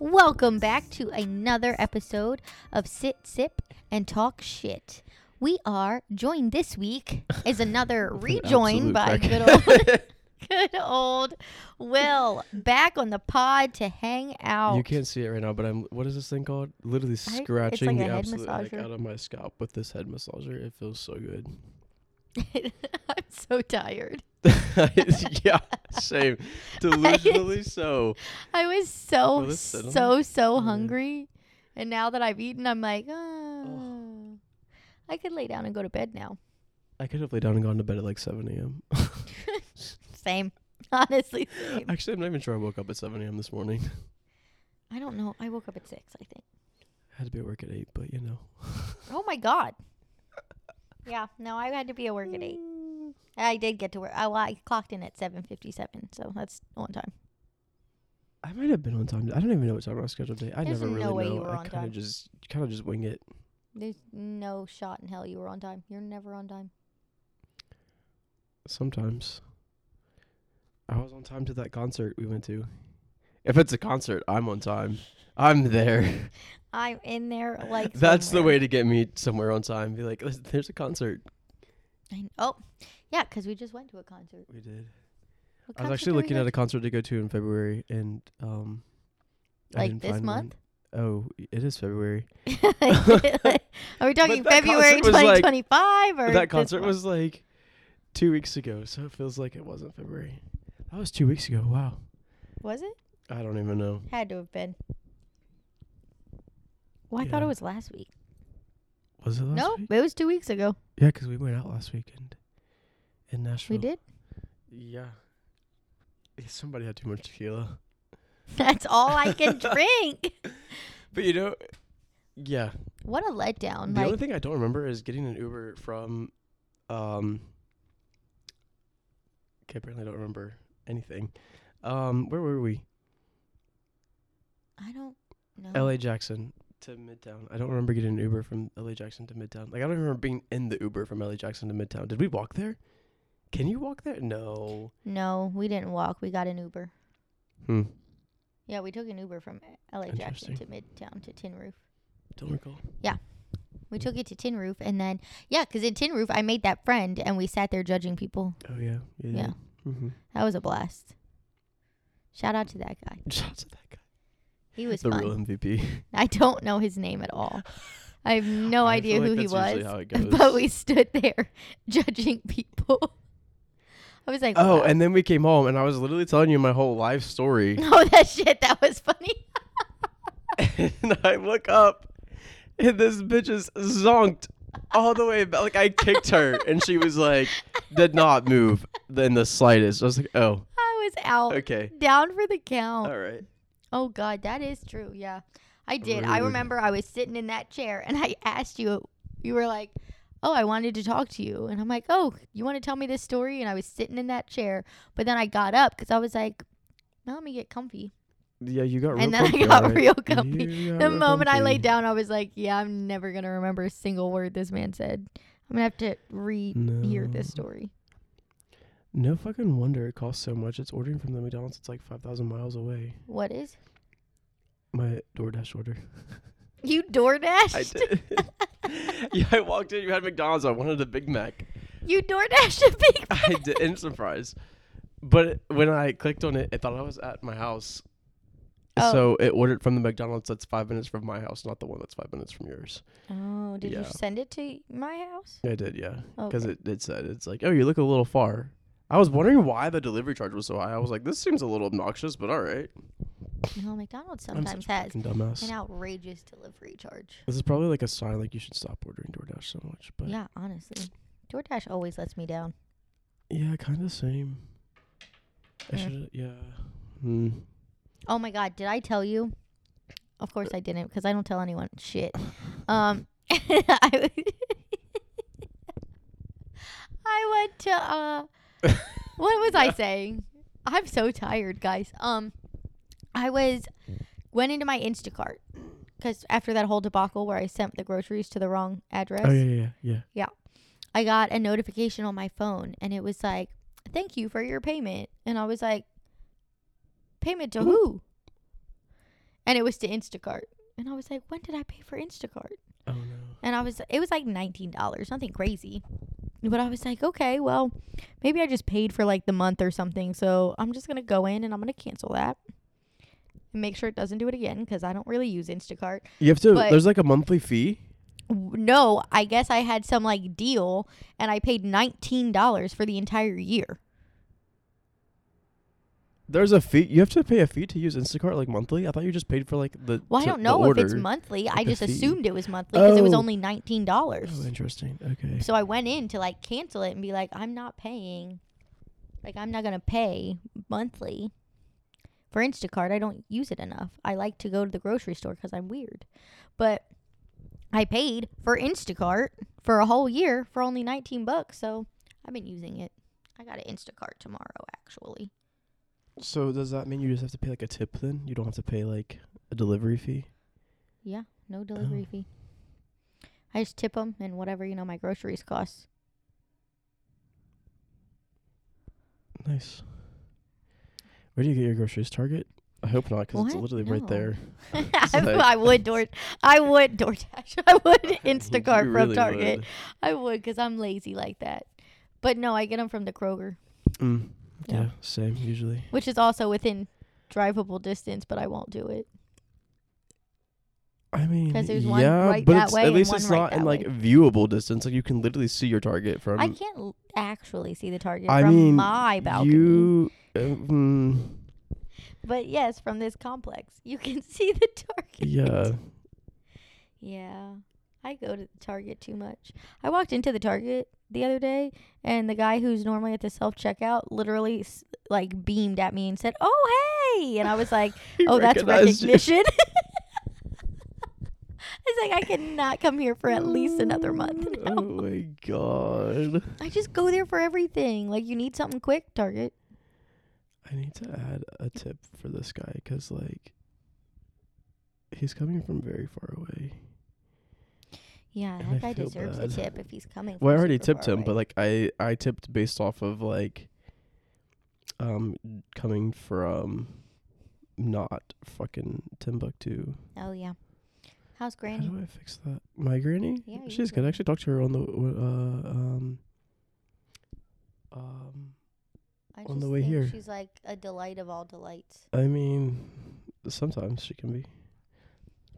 Welcome back to another episode of Sit, Sip, and Talk Shit. We are joined this week is another rejoined absolute by crack. good old, good old Will back on the pod to hang out. You can't see it right now, but I'm. What is this thing called? Literally like scratching a the head absolute heck massager. out of my scalp with this head massager. It feels so good. I'm so tired. yeah, same. Delusionally so. I was so Oh, this cinnamon? so so yeah. hungry, and now that I've eaten, I'm like, oh, I could lay down and go to bed now. I could have laid down and gone to bed at like 7 a.m. Same, honestly, same. Actually, I'm not even sure I woke up at 7 a.m. this morning. I don't know. I woke up at six, I think. had to be at work at 8, but you know. Oh my god. Yeah, no, I had to be at work at eight. I did get to work. I, well, I clocked in at seven fifty-seven, so that's on time. I might have been on time. I don't even know what time I was scheduled today. I There's never really no way you know. were I on kind time. of just kind of just wing it. There's no shot in hell you were on time. You're never on time. Sometimes. I was on time to that concert we went to. If it's a concert, I'm on time. I'm there. I'm in there like That's the somewhere. way to get me somewhere on time. Be like, "Listen, there's a concert. I, oh, yeah, 'cause we just went to a concert. We What did. I was concert actually did we looking go at a to? concert to go to in February, and um, I like didn't this find month. One. Oh, it is February. Are we talking that February concert was, like- 2025 or that this concert month? was like two weeks ago, so it feels like it wasn't February. That was two weeks ago. Wow. was it? I don't even know. Had to have been. Well, I thought it Yeah. was last week. Was it last No, week? it was two weeks ago. Yeah, because we went out last weekend in Nashville. We did. Yeah. Yeah, Somebody had too much tequila. That's all I can drink. But you know, yeah. What a letdown! the like only thing I don't remember is getting an Uber from. Um. Okay, apparently I don't remember anything. Um, where were we? I don't know. L.A. Jackson to Midtown. I don't remember getting an Uber from L.A. Jackson to Midtown. Like I don't remember being in the Uber from L.A. Jackson to Midtown. Did we walk there? Can you walk there? No. No, we didn't walk. We got an Uber. Hmm. Yeah, we took an Uber from L.A. Jackson to Midtown to Tin Roof. Don't recall. We took it to Tin Roof, and then yeah, 'cause in Tin Roof I made that friend, and we sat there judging people. Oh yeah. Yeah. Yeah. Mm-hmm. That was a blast. Shout out to that guy. Shout out to that guy. He was The fun. real MVP. I don't know his name at all. I have no I idea feel like who he that's usually was. how it But goes. we stood there judging people. I was like, Oh, wow. and then we came home, and I was literally telling you my whole life story. oh, that shit, that was funny. and I look up, and this bitch is zonked all the way back. Like, I kicked her, and she was like, did not move in the slightest. I was like, oh, I was out, okay. down for the count. All right. Oh God, that is true. Yeah, I did. I Rude. remember I was sitting in that chair, and I asked you. You were like, "Oh, I wanted to talk to you," and I'm like, "Oh, you want to tell me this story?" And I was sitting in that chair, but then I got up because I was like, "Now let me get comfy." Yeah, you got real And then I comfy, got all right. real comfy. You got the real moment I laid comfy. down, I was like, "Yeah, I'm never gonna remember a single word this man said. I'm gonna have to re-hear this No. story." No fucking wonder it costs so much. It's ordering from the McDonald's. It's like 5,000 miles away. What is My DoorDash order. you DoorDash? I did. yeah, I walked in. You had McDonald's. I wanted a Big Mac. You DoorDash a big I didn't surprise. But when I clicked on it, it thought I was at my house. Oh. So it ordered from the McDonald's that's five minutes from my house, not the one that's five minutes from yours. Oh, did you Yeah. send it to my house? I did, yeah. Because Okay. it, it said, it's like, oh, you look a little far. I was wondering why the delivery charge was so high. I was like, this seems a little obnoxious, but all right. No, McDonald's I'm sometimes such a has fucking dumbass. an outrageous delivery charge. This is probably like a sign like you should stop ordering DoorDash so much. But yeah, Yeah, honestly. DoorDash always lets me down. kind of same. I Yeah. should, yeah. Hmm. Oh my god, did I tell you? Of course I didn't because I don't tell anyone shit. Um I w- I went to uh what was I saying? I'm so tired, guys. Um I was went into my Instacart cuz after that whole debacle where I sent the groceries to the wrong address. Oh, yeah, yeah, yeah. yeah. I got a notification on my phone and it was like, thank you for your payment. And I was like, payment to who? and it was to Instacart. And I was like, when did I pay for Instacart? Oh no. And I was, it was like nineteen dollars, nothing crazy. But I was like, okay, well, maybe I just paid for like the month or something. So I'm just gonna go in and I'm gonna cancel that and make sure it doesn't do it again because I don't really use Instacart. You have to. But- there's like a monthly fee. W- No, I guess I had some like deal and I paid nineteen dollars for the entire year. There's a fee. You have to pay a fee to use Instacart like monthly. I thought you just paid for like the. Well, I to- don't the know if it's order. monthly. I the just fee. assumed it was monthly because it was Oh. only nineteen Oh, dollars. interesting. Okay. So I went in to like cancel it and be like, I'm not paying. Like, I'm not going to pay monthly for Instacart. I don't use it enough. I like to go to the grocery store because I'm weird. But I paid for Instacart for a whole year for only 19 bucks. So I've been using it. I got an Instacart tomorrow, actually. So does that mean you just have to pay like a tip then? You don't have to pay like a delivery fee. Yeah, no delivery Oh. fee. I just tip them and whatever, you know, my groceries cost. Nice. Where do you get your groceries? Target? I hope not, because it's What? literally No. right there. I, like- I would door, I would DoorDash, I would Instacart You from really Target. would. I would because I'm lazy like that. But no, I get them from the Kroger, Mm. Yeah. Yeah. same usually. which is also within drivable distance, but I won't do it. I mean, there's one yeah, right but that it's, way at and least one it's right not in that like way. viewable distance. Like you can literally see your Target from. I can't l- actually see the Target I from mean, my balcony. you. uh, mm, But yes, from this complex, you can see the Target. yeah. Yeah. I go to the Target too much. I walked into the Target the other day and the guy who's normally at the self checkout literally s- like beamed at me and said, "Oh, hey." And I was like, He "Oh, that's recognized you. recognition." I was like, "I cannot come here for at least another month." Oh my god. I just go there for everything. Like you need something quick, Target. I need to add a tip for this guy because, like, he's coming from very far away. Yeah, And I that guy feel deserves bad. a tip if he's coming. Well, I from already super tipped far him, but away. like, I I tipped based off of like, um, coming from not fucking Timbuktu. Oh yeah. How's How Granny? do I fix that? My granny? Yeah, you She's good. I actually talked to her on the uh um um. I on the just way think here. She's like a delight of all delights. I mean, sometimes she can be.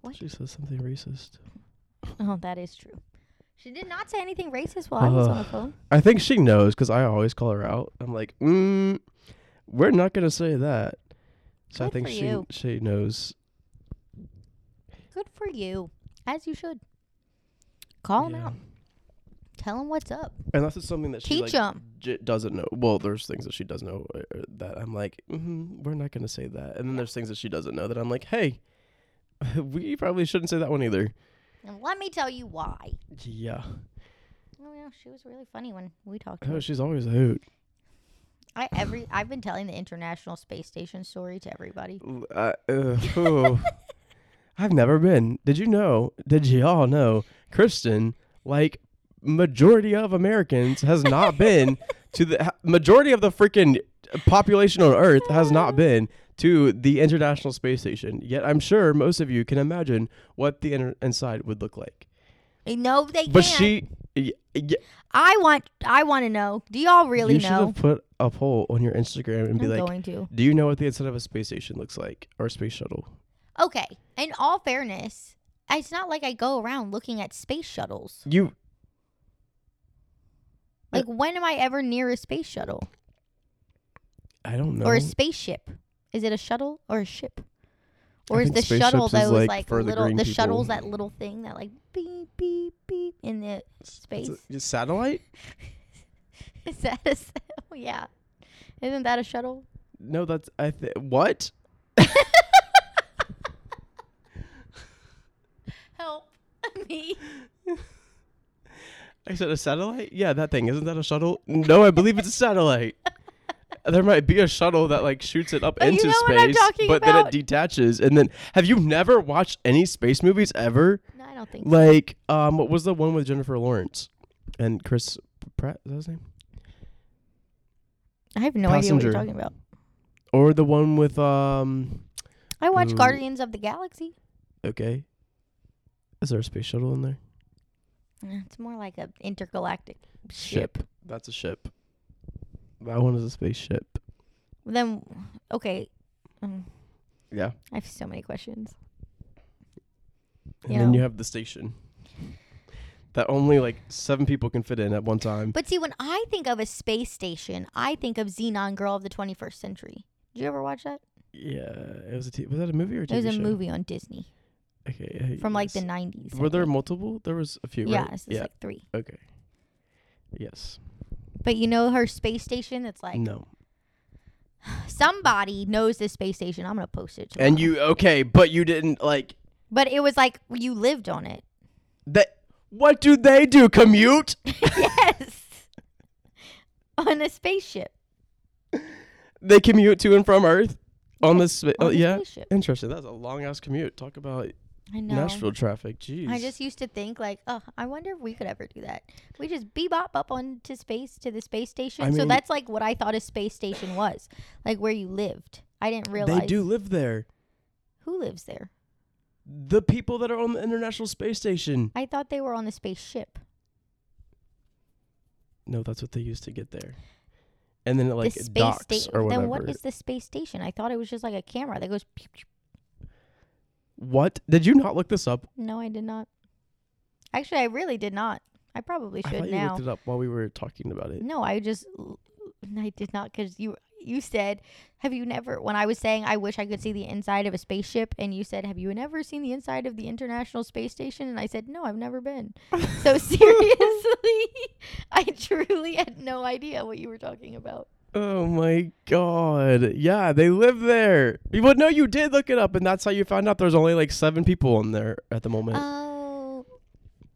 What? She says something racist. Oh, that is true. She did not say anything racist while I was on the Ugh. phone. I think she knows because I always call her out. I'm like, mm, we're not gonna say that. So I Good think for she you. she knows. Good for you, as you should. Call 'em yeah. out. Tell 'em what's up. Unless it's something that she Teach like, 'em. j- doesn't know. Well, there's things that she does know uh, uh, that I'm like, mm, we're not gonna say that. And then there's things that she doesn't know that I'm like, hey, we probably shouldn't say that one either. And let me tell you why. Yeah. Oh yeah, she was really funny when we talked. To Oh, her. she's always a hoot. I every I've been telling the International Space Station story to everybody. L- Uh, uh, phew. I've never been. Did you know? Did y'all know? Kristen, like majority of Americans, has not been to the ha- majority of the freaking population on Earth has not been to the International Space Station. Yet I'm sure most of you can imagine what the inner inside would look like. No, they But can't. she, y- y- I want I want to know. Do y'all really you should know? have put a poll on your Instagram and be I'm like, going to. "Do you know what the inside of a space station looks like or a space shuttle?" Okay. In all fairness, it's not like I go around looking at space shuttles. You Like uh, when am I ever near a space shuttle? I don't know. or a spaceship. Is it a shuttle or a ship? I Or is think the shuttle spaceships is, those like, like, for the little green the, shuttle's people. that little thing that like beep beep beep in the space? It's a- your satellite? is that a s- oh, yeah? Isn't that a shuttle? No, that's I th- what? Help me. I said a satellite? Yeah, that thing. Isn't that a shuttle? No, I believe it's a satellite. there might be a shuttle that like shoots it up Oh, you into know what I'm space, talking but then it about? detaches and then have you never watched any space movies ever? No, I don't think so. Like um what was the one with Jennifer Lawrence and Chris Pratt, is that his name? I have no idea what Passenger. you're talking about. Or the one with um I watched Ooh. Guardians of the Galaxy. Okay. Is there a space shuttle in there? It's more like a intergalactic ship. Ship. That's a ship. That one is a spaceship. Then, okay, um, Yeah. I have so many questions. And then Yeah. you have the station. That only like seven people can fit in at one time. But see, when I think of a space station, I think of Xenon Girl of the 21st Century. Did you ever watch that? Yeah, it was a t- was that a movie or a TV It was a show? movie on Disney Okay, I- from like the yes. 90s. I Were there think. multiple? There was a few. Yeah, right? it's yeah. like three. okay. Yes. But you know her space station? It's like no. somebody knows this space station. I'm gonna post it. Tomorrow. And you okay? But you didn't like but it was like you lived on it. that. What do they do? Commute? yes, on a spaceship. They commute to and from Earth on this. spa- On oh, a yeah. spaceship. Interesting. That's a long ass commute. Talk about I know. Nashville traffic. Jeez. I just used to think like, oh, I wonder if we could ever do that. We just bebop up onto space to the space station. so mean- that's like what I thought a space station was, like where you lived. I didn't realize They do live there. who lives there. The people that are on the International Space Station. I thought they were on the spaceship. No, that's what they used to get there. And then it like the space docks station. or whatever. Then what is the space station? I thought it was just like a camera that goes. Pew, pew. What? Did you not look this up? No, I did not. Actually, I really did not. I probably I should thought you now. looked it up while we were talking about it. No, I just I did not because you you said have you never when I was saying I wish I could see the inside of a spaceship and you said have you never seen the inside of the International Space Station and I said no I've never been. so seriously, I truly had no idea what you were talking about. Oh my god. Yeah, they live there. Well, no, you did look it up, and that's how you found out there's only like seven people in there at the moment. Oh,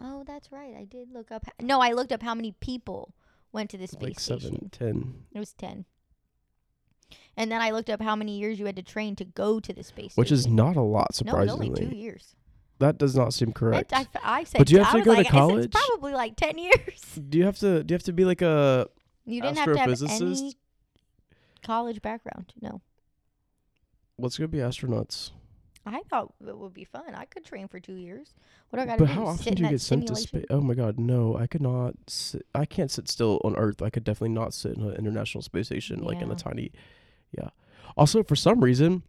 oh, that's right. I did look up. No, I looked up how many people went to the space like station. seven, ten. It was ten. And then I looked up how many years you had to train to go to the space Which station. is not a lot, No, it was only two surprisingly. years. that does not seem That- correct. I, f- I said, But you have I to was go to like, I said, college? It's probably like ten years. do you have to do you have to be like a You didn't have to have Astrophysicist? any college background. No, what's gonna be astronauts? I thought it would be fun. I could train for two years. What do I got to But do? how sit often in do you that get sent to simulation? space? Oh my god, no. I could not sit I can't sit still on Earth. I could definitely not sit in an international space station like in Yeah. a tiny yeah. Also for some reason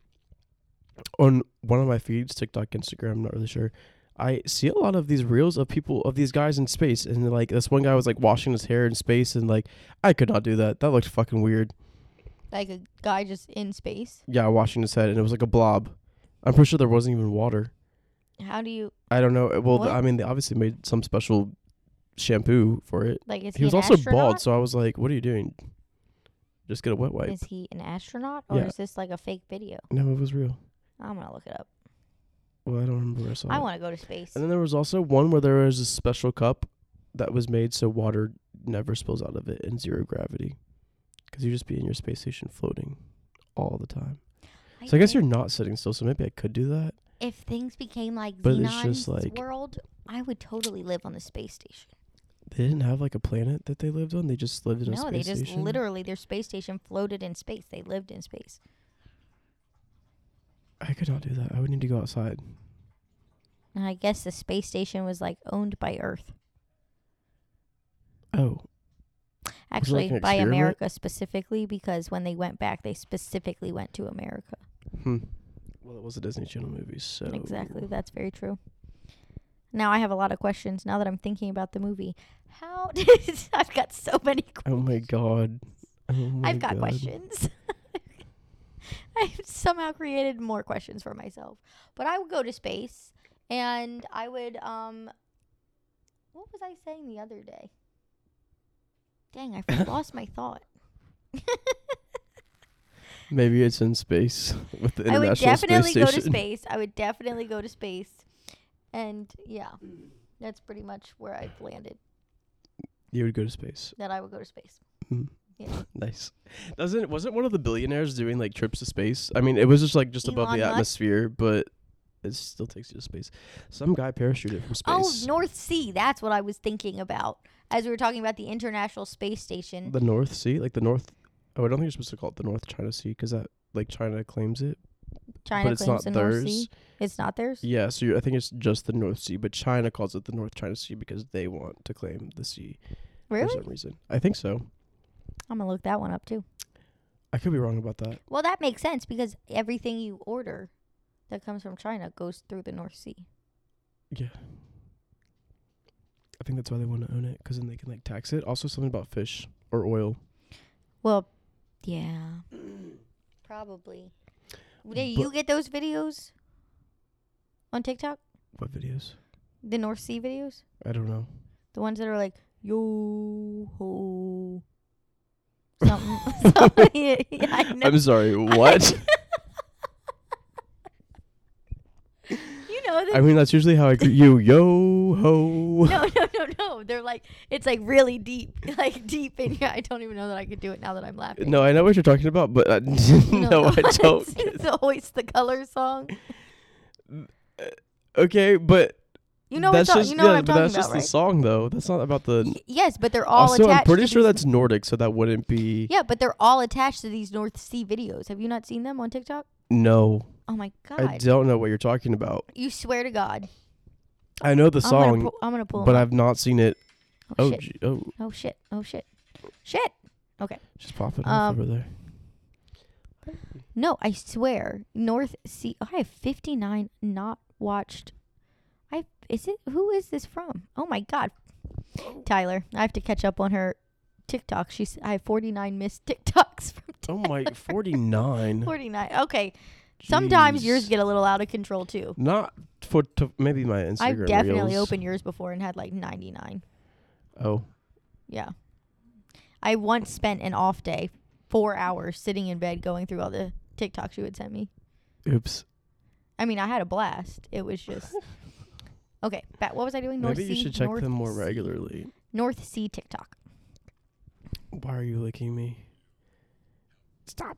on one of my feeds, TikTok, Instagram, I'm not really sure. I see a lot of these reels of people of these guys in space and they're like this one guy was like washing his hair in space and like I could not do that. That looked fucking weird. Like a guy just in space. Yeah, washing his head and it was like a blob. I'm pretty sure there wasn't even water. How do you I don't know. Well, What? I mean, they obviously made some special shampoo for it. like? Is he, he was an also astronaut? bald, so I was like, "What are you doing? Just get a wet wipe." Is he an astronaut or Yeah. is this like a fake video? no, it was real. I'm gonna look it up. Well, I don't remember. Where I saw I it. want to go to space. And then there was also one where there was a special cup that was made so water never spills out of it in zero gravity, because you just be in your space station floating all the time. So I guess think you're not sitting still. So maybe I could do that. if things became like But it's Xenon's just like- world, I would totally live on the space station. They didn't have like a planet that they lived on. They just lived in a No, space they just station. literally their space station floated in space. They lived in space. I could not do that. I would need to go outside. And I guess the space station was like owned by Earth, Oh, actually an by experiment? America specifically, because when they went back, they specifically went to America. Hmm. Well, it was a Disney Channel movie, so Exactly, that's very true. Now I have a lot of questions. Now that I'm thinking about the movie, how did I've got so many? Qu- Oh my god. Oh my I've got God. questions. I've somehow created more questions for myself, but I would go to space, and I would um. What was I saying the other day? Dang, I lost my thought. Maybe it's in space with the I International would definitely Space go to Station. space. I would definitely go to space. And yeah, that's pretty much where I've landed You would go to space. that I would go to space. Hmm. Yeah. Nice. Doesn't wasn't one of the billionaires doing like trips to space? I mean, it was just like just above Elon the Musk? atmosphere, but it still takes you to space. Some guy parachuted from Oh, space. North Sea. That's what I was thinking about as we were talking about the International Space Station. The North Sea, like the North. Oh, I don't think you're supposed to call it the North China Sea because that like China claims it. China but it's claims not the North theirs. Sea. It's not theirs. Yeah, so you, I think it's just the North Sea, but China calls it the North China Sea because they want to claim the sea Really? for some reason. I think so. I'm gonna look that one up too. I could be wrong about that. Well, that makes sense because everything you order that comes from China goes through the North Sea. Yeah. I think that's why they want to own it because then they can like tax it. Also, something about fish or oil. Well, yeah, probably. Do you get those videos on TikTok? What videos? The North Sea videos, I don't know. the ones that are like yo ho, something. yeah, I know. I'm sorry. What? you know the I mean, that's usually how I greet you. Yo ho. no, no, no, no. They're like it's like really deep, like deep in here. I don't even know that I could do it now that I'm laughing. No, I know what you're talking about, but uh, no, I don't. It's the hoist the color song. Okay, but You know that's what? just you know yeah, what I'm but talking that's just about, the right? song though. That's not about the. Y- yes, but they're all Also, attached. I'm pretty to sure these- that's Nordic, so that wouldn't be. Yeah, but they're all attached to these North Sea videos. Have you not seen them on TikTok? No, Oh my god! I don't know what you're talking about. you swear to God. I know the I'm gonna, song, pull, I'm gonna pull. but them up. I've not seen it. Oh, Oh, shit! gee- oh, Oh shit! Oh shit! Shit! she's popping Um, off over there. No, I swear. North Sea. I have 59 not watched. I is it who is this from? Oh my god. Tyler, I have to catch up on her TikTok. She's I have 49 missed TikToks from Oh my, 49. 49. Okay. Sometimes yours Jeez. get a little out of control too. Not for to, maybe my Instagram. I've definitely reels. opened yours before and had like 99. Oh, Yeah. I once spent an off day, 4 hours sitting in bed going through all the TikToks you had sent me. oops. I mean, I had a blast. It was just okay. Back, what was I doing? North maybe you Sea, should check North them more Sea- regularly. North Sea TikTok. Why are you licking me? Stop.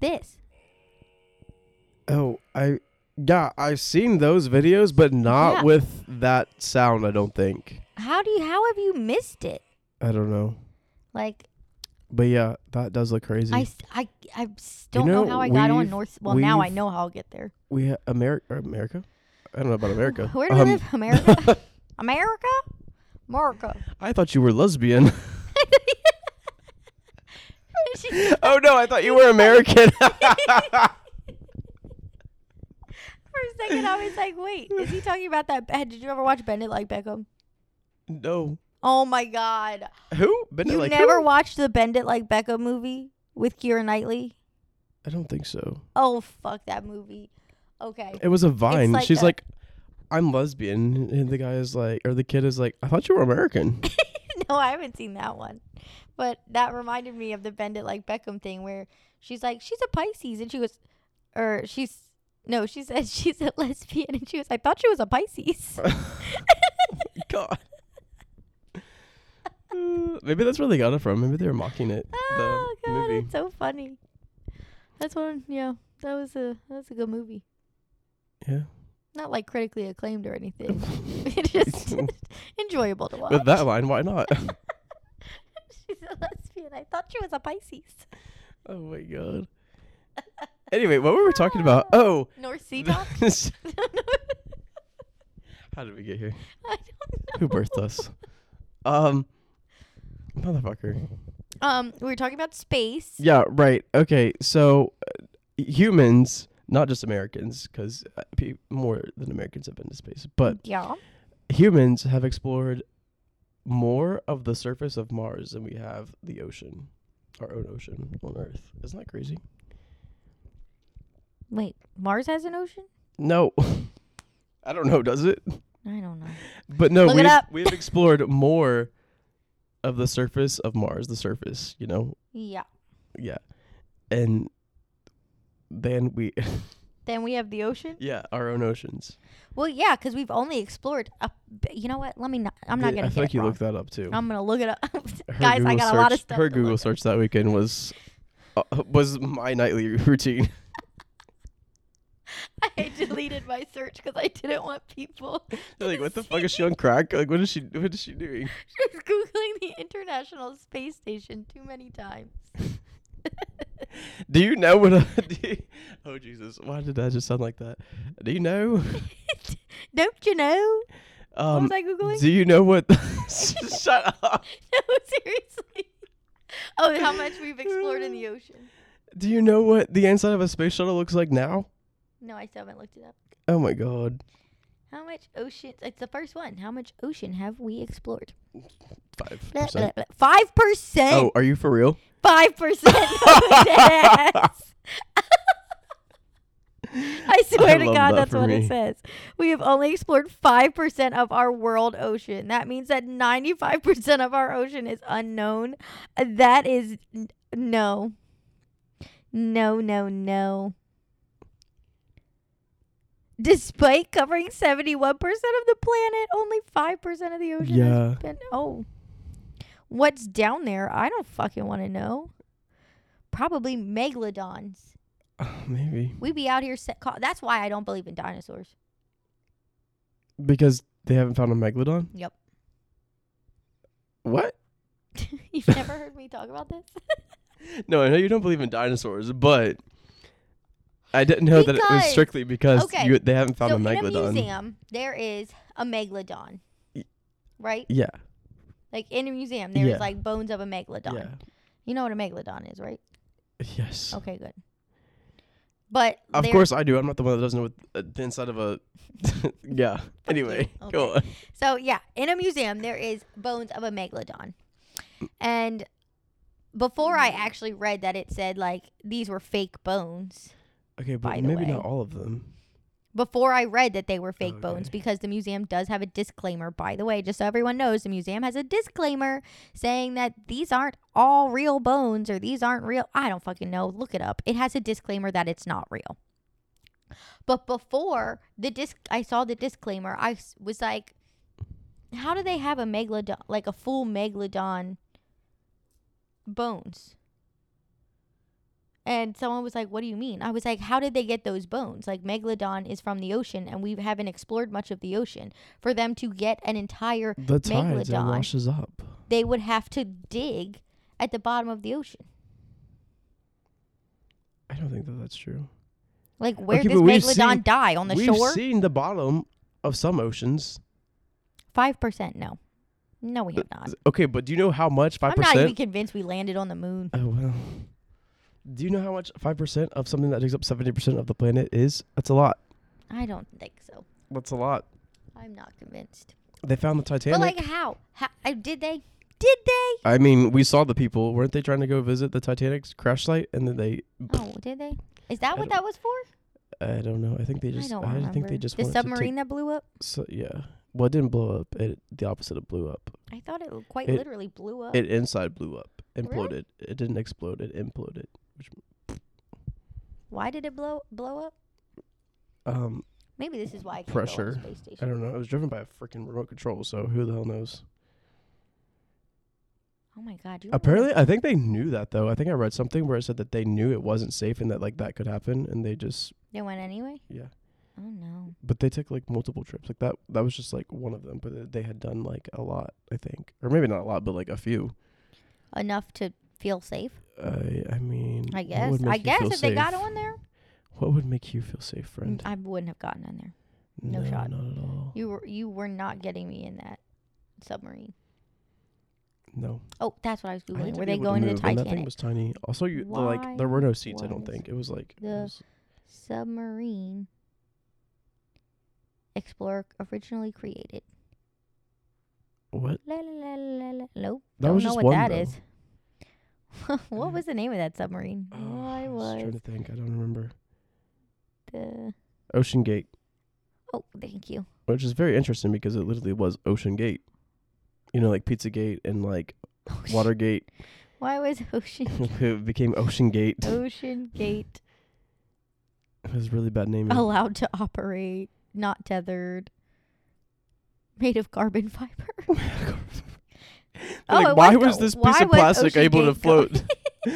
This Oh, I yeah, I've seen those videos, but not Yeah. with that sound. I don't think. how do you how have you missed it? I don't know, Like but yeah, that does look crazy. I s- I I s- don't know, know, how I got on we've- North. Well, now I we've- know how I'll get there. we ha- America, America. I don't know about America. Where do we Um, live? America, America, America. I thought you were lesbian. She- oh no, I thought you were American. For a second, I was like, "Wait, is he talking about that bed? Did you ever watch Bend It Like Beckham?" no, Oh my God! who? Been You like who? never watched the Bend It Like Beckham movie with Keira Knightley? I don't think so. Oh fuck that movie. Okay. It was a vine. like She's a- like, I'm lesbian, and the guy is like, or the kid is like, I thought you were American. no, I haven't seen that one. But that reminded me of the Bend It Like Beckham thing where she's like, she's a Pisces. And she was, or she's, no, she said she's a lesbian. And she was, I thought she was a Pisces. God. Uh, Maybe that's where they got it from. Maybe they were mocking it. oh, the God. movie. It's so funny. That's one, yeah. That was a, that was a good movie. Yeah. Not like critically acclaimed or anything. It's just enjoyable to watch. With that line, why not? she's a lesbian. I thought she was a Pisces. oh my god. Anyway, what were we talking about? Oh, North Sea dog? this- I don't know. how did we get here? I don't know. Who birthed us? Um, motherfucker. Um, we were talking about space. Yeah, right. Okay, so uh, humans, not just Americans, because pe- more than Americans have been to space, but Yeah. humans have explored more of the surface of Mars than we have the ocean, our own ocean on Earth. Isn't that crazy? Wait, Mars has an ocean? No. I don't know, does it? I don't know. But no, Look it we've, up. we've explored more of the surface of Mars, the surface, you know? Yeah. Yeah. And then we, Then we have the ocean. yeah, our own oceans. Well, yeah, because we've only explored. A, b- you know what? Let me not. I'm not gonna. Yeah, I get feel like it you wrong. looked that up too. I'm gonna look it up, Her guys. I Google got a lot of search- stuff. Her to Google look up. search that weekend was uh, was my nightly routine. I I deleted my search because I didn't want people. to like, what the see fuck is she on crack? Like, what is she? What is she doing? She was googling the International Space Station too many times. Do you know what? I, do you- oh Jesus! Why did I just sound like that? Do you know? Don't you know? What Um, was I googling? do you know what? shut up. no, seriously. Oh, how much we've explored in the ocean. Do you know what the inside of a space shuttle looks like now? No, I still haven't looked it up. Oh my god. How much ocean? It's the first one. How much ocean have we explored? Five Blah, percent. blah, blah. Five Oh, percent. are you for real? Five percent. I swear I to love God, that that's for what me. it says. We have only explored five percent of our world ocean. That means that ninety-five percent of our ocean is unknown. That is n- no, no, no, no. Despite covering seventy-one percent of the planet, only five percent of the ocean Yeah. has been. Oh, what's down there? I don't fucking want to know. Probably megalodons. Maybe We be out here. Set ca- That's why I don't believe in dinosaurs. because they haven't found a megalodon. Yep. What? You've never heard me talk about this. No, I know you don't believe in dinosaurs, but I didn't know that it was Because- strictly because okay, you, they haven't found so a in a megalodon. museum, there is a megalodon, Y- right? yeah, Like in a museum, there is Yeah. like bones of a megalodon. yeah, You know what a megalodon is, right? yes. Okay, good. But Of Oh, there- course I do. I'm not the one that doesn't know what uh, the inside of a. yeah. Anyway, go on. So yeah, in a museum there is bones of a megalodon, and before I actually read that, it said like these were fake bones. Okay, By but the maybe way. not all of them. before I read that they were fake Okay. bones because the museum does have a disclaimer. By the way, just so everyone knows, the museum has a disclaimer saying that these aren't all real bones or these aren't real. I don't fucking know. Look it up. It has a disclaimer that it's not real. But before the disc, I saw the disclaimer. I s- was like, how do they have a megalodon, like a full megalodon bones? And someone was like, What do you mean? I was like, How did they get those bones? Like, Megalodon is from the ocean, and we haven't explored much of the ocean. For them to get an entire, The tides it Megalodon. washes up. they would have to dig at the bottom of the ocean. I don't think that that's true. Like, where Okay, does but we've Megalodon seen- die? On the We've shore? seen the bottom of some oceans. 5%. No. No, we have not. Okay, but do you know how much i five I'm not even percent? convinced we landed on the moon. Oh well. Do you know how much five percent of something that takes up seventy percent of the planet is? That's a lot. I don't think so. That's a lot. I'm not convinced. They found the Titanic. but, like, how? how? I- Did they? Did they? I mean, we saw the people. Weren't they trying to go visit the Titanic's crash site? And then they, Oh, did they? Is that what don't- that was for? I don't know. I think they just. I I, don't remember. think they just the wanted submarine To that blew up. take, so, yeah. Well, it didn't blow up. It the opposite of blew up. I thought it l- quite It- literally blew up. It inside blew up. Imploded. Oh. Really? It didn't explode. It imploded. why did it blow blow up? Um, Maybe this is why I can't Pressure. Go on the space I station. don't know. It was driven by a freaking remote control. So who the hell knows? Oh my god! You Apparently, I think they knew that though. I think I read something where it said that they knew it wasn't safe and that like that could happen, and they just they went anyway. yeah. Oh no! But they took like multiple trips. Like that. That was just like one of them. But th- they had done like a lot, I think, or maybe not a lot, but like a few. Enough to feel safe, I I mean, I what guess. would I make you guess feel if they got safe? on there, what would make you feel safe, friend? I wouldn't have gotten on there. no shot. not at all. You were you were not getting me in that submarine. no. Oh, that's what I was I had googling. to Were be they able going to the move, and That thing Titanic was tiny. Also, you the, like there Why were no seats. I don't was think it was like it the- was- submarine? Explorer originally created. what La la la la la. Nope. That Don't was know just what one, that though. is. what was the name of that submarine? Oh, I was trying was to think. I don't remember. the. Ocean Gate, Oh, thank you. which is very interesting because it literally was Ocean Gate. You know, like Pizza Gate and like Watergate. Why was Ocean it became Ocean Gate. Oh. Ocean Gate It was really bad naming. allowed to operate, not tethered, made of carbon fiber? Like, it why was was the- this why piece of Oh, was plastic Ocean able to Gate going-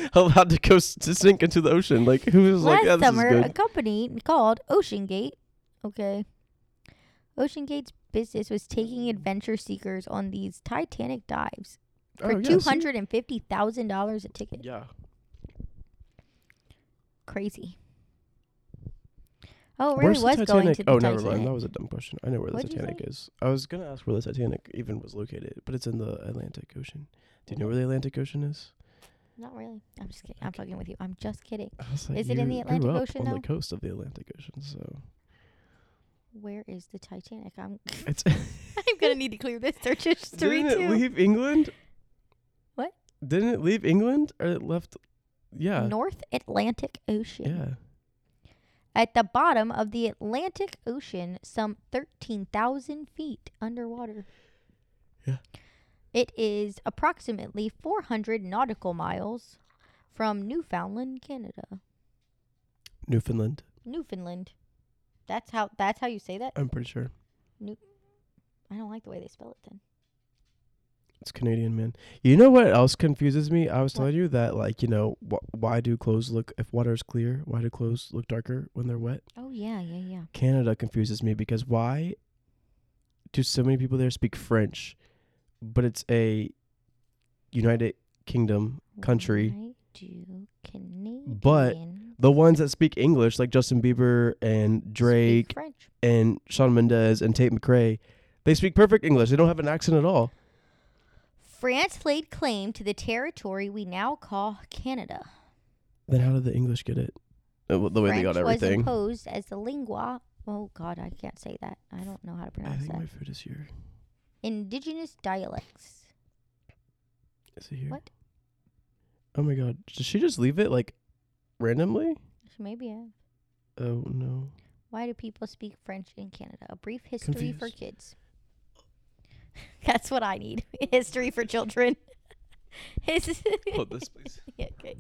float? allowed to go s- to sink into the ocean. Like who was like, Last yeah, this summer, uh, is a good. company called Ocean Gate. Okay. Ocean Gate's business was taking adventure seekers on these Titanic dives for Oh, yeah, see? $250,000 a ticket. Yeah. Crazy. Oh, it really Where's was the going Titanic? to the oh, Titanic. never mind. That was a dumb question. I know where the What'd you Titanic is. I was gonna ask where the Titanic even was located, but it's in the Atlantic Ocean. Do you know where the Atlantic Ocean is? Not really. I'm just kidding. I'm Okay. fucking with you. I'm just kidding. I was like, Is it in you the grew Atlantic up Ocean, On though? the coast of the Atlantic Ocean, so Where is the Titanic? I'm it's. I'm gonna need to clear this search history Didn't too. it leave England? What? Didn't it leave England or it left? Yeah. North Atlantic Ocean. Yeah. At the bottom of the Atlantic Ocean, some 13,000 feet underwater. Yeah. It is approximately 400 nautical miles from Newfoundland, Canada. Newfoundland. Newfoundland. That's how that's how you say that? I'm pretty sure I don't like the way they spell it then. it's Canadian, man. You know what else confuses me? I was What? telling you that, like, you know, wh- why do clothes look if water's clear? Why do clothes look darker when they're wet? Oh yeah, yeah, yeah. Canada confuses me because why do so many people there speak French, but it's a United Kingdom country? Why do Canadian But The ones that speak English, like Justin Bieber and Drake speak French? and Sean Mendez and Tate McRae, they speak perfect English. They don't have an accent at all. France laid claim to the territory we now call Canada. Then how did the English get it? Uh, well, The way French they got was everything. imposed as the lingua. Oh God, I can't say that. I don't know how to I pronounce think that. my food is here. Indigenous dialects. Is it here? What? Oh my god. Did she just leave it like randomly? Maybe. Yeah. Oh no. Why do people speak French in Canada? A brief history for Confused. kids. That's what I need. history for children. His- please. Yeah, okay.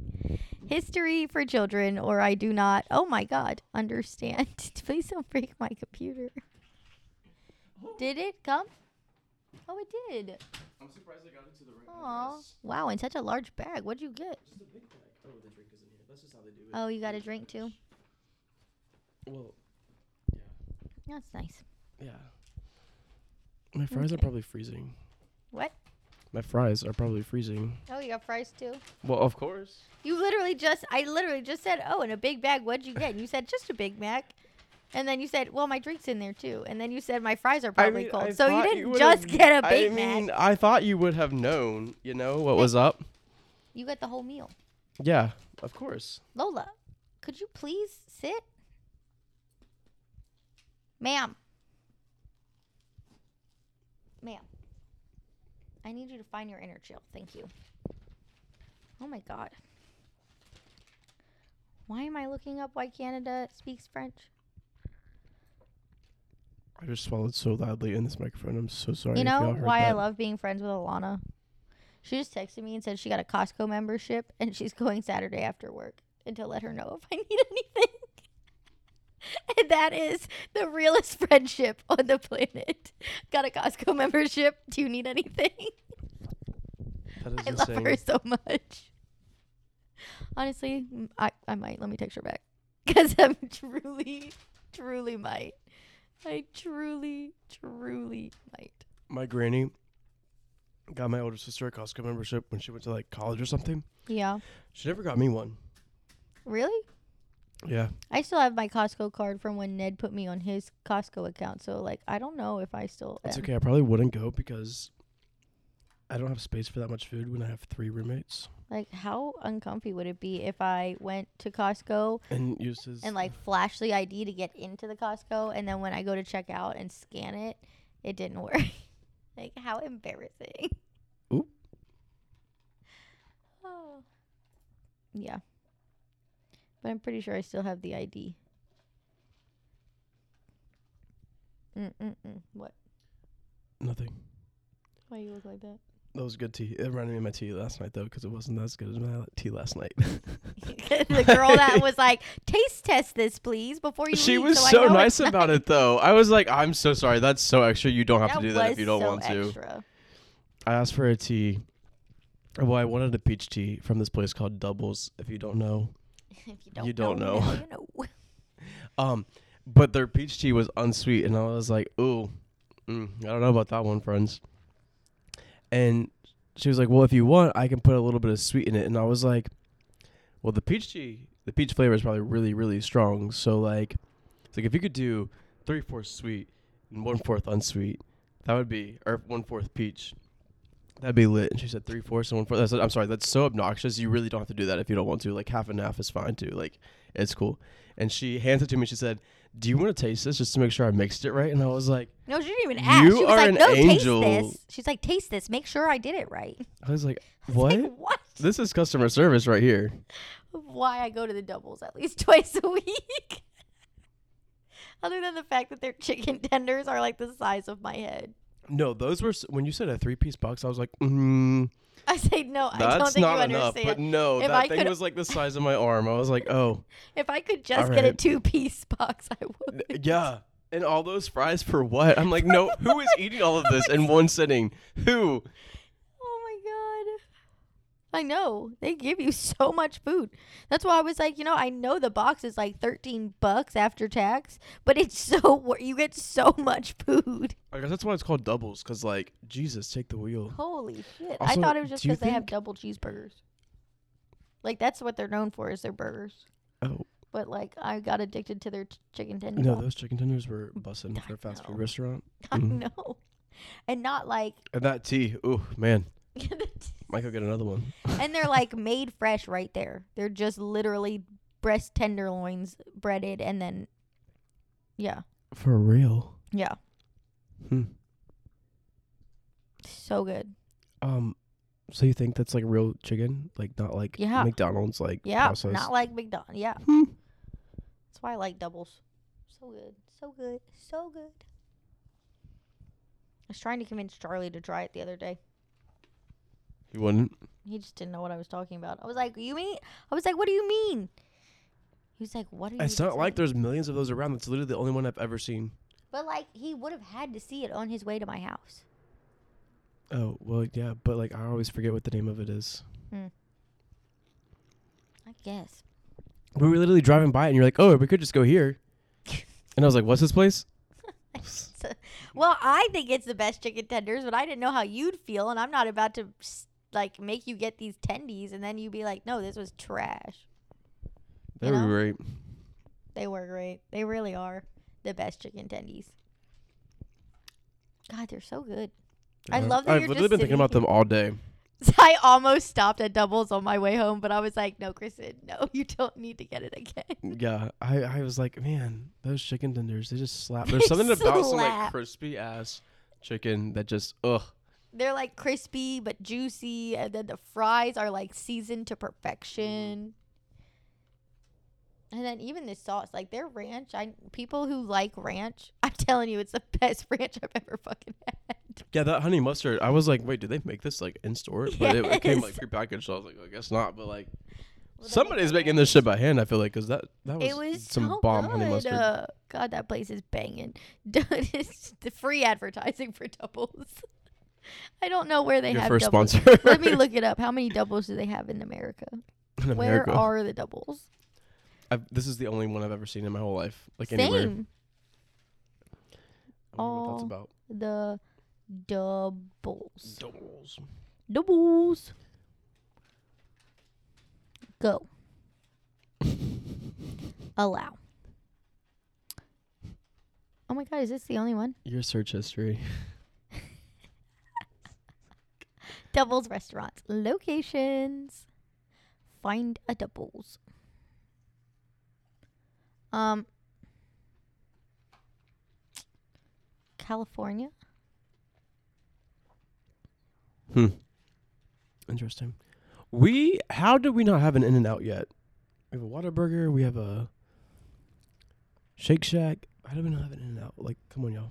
History for children, or I do not. Oh my God, understand. Please don't break my computer. Did it come? Oh, it did. I'm surprised I got into the ring. Aw. Wow, in such a large bag. What'd you get? Just a big bag. Oh, the drink is in here. That's just how they do Oh, you got a drink too? Well, That's nice. yeah. My fries are Okay. probably freezing. What? My fries are probably freezing. Oh, you got fries too? Well, of course. You literally just, I literally just said, oh, in a big bag, what'd you get? And you said, just a Big Mac. And then you said, well, my drink's in there too. And then you said, my fries are probably cold. so you didn't just get a Big I Mac. mean, I thought you would have known, you know, what was up. You got the whole meal. Yeah, of course. Lola, could you please sit? Ma'am. Ma'am. I need you to find your inner chill. Thank you. Oh my god. Why am I looking up why Canada speaks French? I just swallowed so loudly in this microphone. I'm so sorry. you if y'all know heard why I that. love being friends with Alana? She just texted me and said she got a Costco membership and she's going Saturday after work and to let her know if I need anything. and that is the realest friendship on the planet. Got a Costco membership. Do you need anything? That is I love her so much. Honestly, mm, I, I might. Let me text her back. Because I'm truly, truly might. I truly, truly might. My granny got my older sister a Costco membership when she went to like college or something. Yeah. She never got me one. Really? Yeah. I still have my Costco card from when Ned put me on his Costco account, so like I don't know if I still. It's am. okay. I probably wouldn't go because I don't have space for that much food when I have three roommates. Like, how uncomfy would it be if I went to Costco And uses and like flashed the ID to get into the Costco, and then when I go to check out and scan it, it didn't work. like, how embarrassing. Oop. Oh. Yeah. But I'm pretty sure I still have the ID. Mm mm mm. What? nothing. Why you look like that? That was good tea. It reminded me of my tea last night though, because it wasn't as good as my tea last night. the girl that was like, taste test this, please, before you. she leave, was so, I so know nice it's about it though. I was like, I'm so sorry. That's so extra. You don't have That to do that if was you don't so want to. extra. I asked for a tea Well, I wanted a peach tea from this place called Doubles. If you don't know, if you don't, You don't know, know. now you know. Um, but their peach tea was unsweet, and I was like, "Ooh, mm, I don't know about that one, friends." And she was like, "Well, if you want, I can put a little bit of sweet in it." And I was like, "Well, the peach tea, the peach flavor is probably really, really strong. So like, it's like if you could do three fourths sweet and one fourth unsweet, that would be or one fourth peach." That'd be lit. And she said three fourths and one fourth. I said, I'm sorry, that's so obnoxious. You really don't have to do that if you don't want to. Like half and half is fine too. Like it's cool and she hands it to me. She said, "Do you want to taste this just to make sure I mixed it right?" And I was like, No, she didn't even ask. You she was are like, an no, angel." taste this. She's like, taste this. Make sure I did it right. "I was like, I was what? Like, what? this is customer service right here." Why I go to the doubles at least twice a week. Other than the fact that their chicken tenders are like the size of my head. No, those were s- when you said a three-piece box. I was like, mm, I say no, I don't "That's think not you enough." understand. But no, If that I thing could- was like the size of my arm. I was like, "Oh, if I could just All get a right. two piece box, I would. yeah." And all those fries for what? I'm like, "No, who is eating all of this in one sitting? Who?" Oh my god. I know. They give you so much food. That's why I was like, you know, I know the box is like 13 bucks after tax, but it's so wor- you get so much food. I guess that's why it's called doubles, because like Jesus, take the wheel. Holy shit. I Also, thought it was just do you cuz they have think- double cheeseburgers. Like that's what they're known for is their burgers. Oh But like I got addicted to their ch- chicken tender. no, box. those chicken tenders were bussin' for a fast know. food restaurant. I Mhm. know. And not like And that tea, ooh man, might go get another one. and they're like made fresh right there. They're just literally breast tenderloins breaded and then yeah. For real. Yeah. Hmm. So good. Um, so you think that's like real chicken, like not like Yeah. McDonald's, like Yeah. processed? Not like McDonald's. Yeah. Hmm. That's why I like doubles. So good. So good. So good. I was trying to convince Charlie to try it the other day. You wouldn't. He just didn't know what I was talking about. I was like, "You mean?" I was like, "What do you mean?" He was like, "What are you?" It's not like saying?" there's millions of those around. That's literally the only one I've ever seen. But like, he would have had to see it on his way to my house. Oh well, yeah, but like I always forget what the name of it is. I guess. We were literally driving by, and you're like, "Oh, we could just go here," and I was like, "What's this place?" So- well, I think it's the best chicken tenders, but I didn't know how you'd feel, and I'm not about to s- like make you get these tendies, and then you be like, "No, this was trash." They You were know? great. They were great. They really are the best chicken tendies. God, they're so good. I Yeah. love that I've you're literally just been thinking sitting about them all day. I almost stopped at doubles on my way home, but I was like, "No, Kristen, no, you don't need to get it again." Yeah, I, I was like, man, those chicken tenders, they just slap. They There's something about some slap. like crispy ass chicken that just ugh. They're like crispy but juicy, and then the fries are like seasoned to perfection. Mm-hmm. And then even the sauce, like their ranch, I people who like ranch, I'm telling you, it's the best ranch I've ever fucking had. Yeah, that honey mustard. I was like, wait, did they make this like in store? But it, it came like prepackaged. So I was like, I guess not. But like, somebody's making this shit by hand. I feel like because that that was, It was some so bomb good. honey mustard. Uh, God, that place is banging. It's the free advertising for doubles. I don't know where they Your have first doubles. sponsor. Let me look it up. How many doubles do they have in America? in Where America. are the doubles? I've, this is the only one I've ever seen in my whole life. Like anywhere. Same. I wonder what that's all- about. The doubles. Doubles. Doubles. Go. Allow. Oh my God, is this the only one? Your search history. Doubles restaurants. Locations. Find a doubles. Um California. Hmm. Interesting. We how did we not have an In and Out yet? We have a Whataburger, we have a Shake Shack. How did we not have an In and Out? Like, come on, y'all.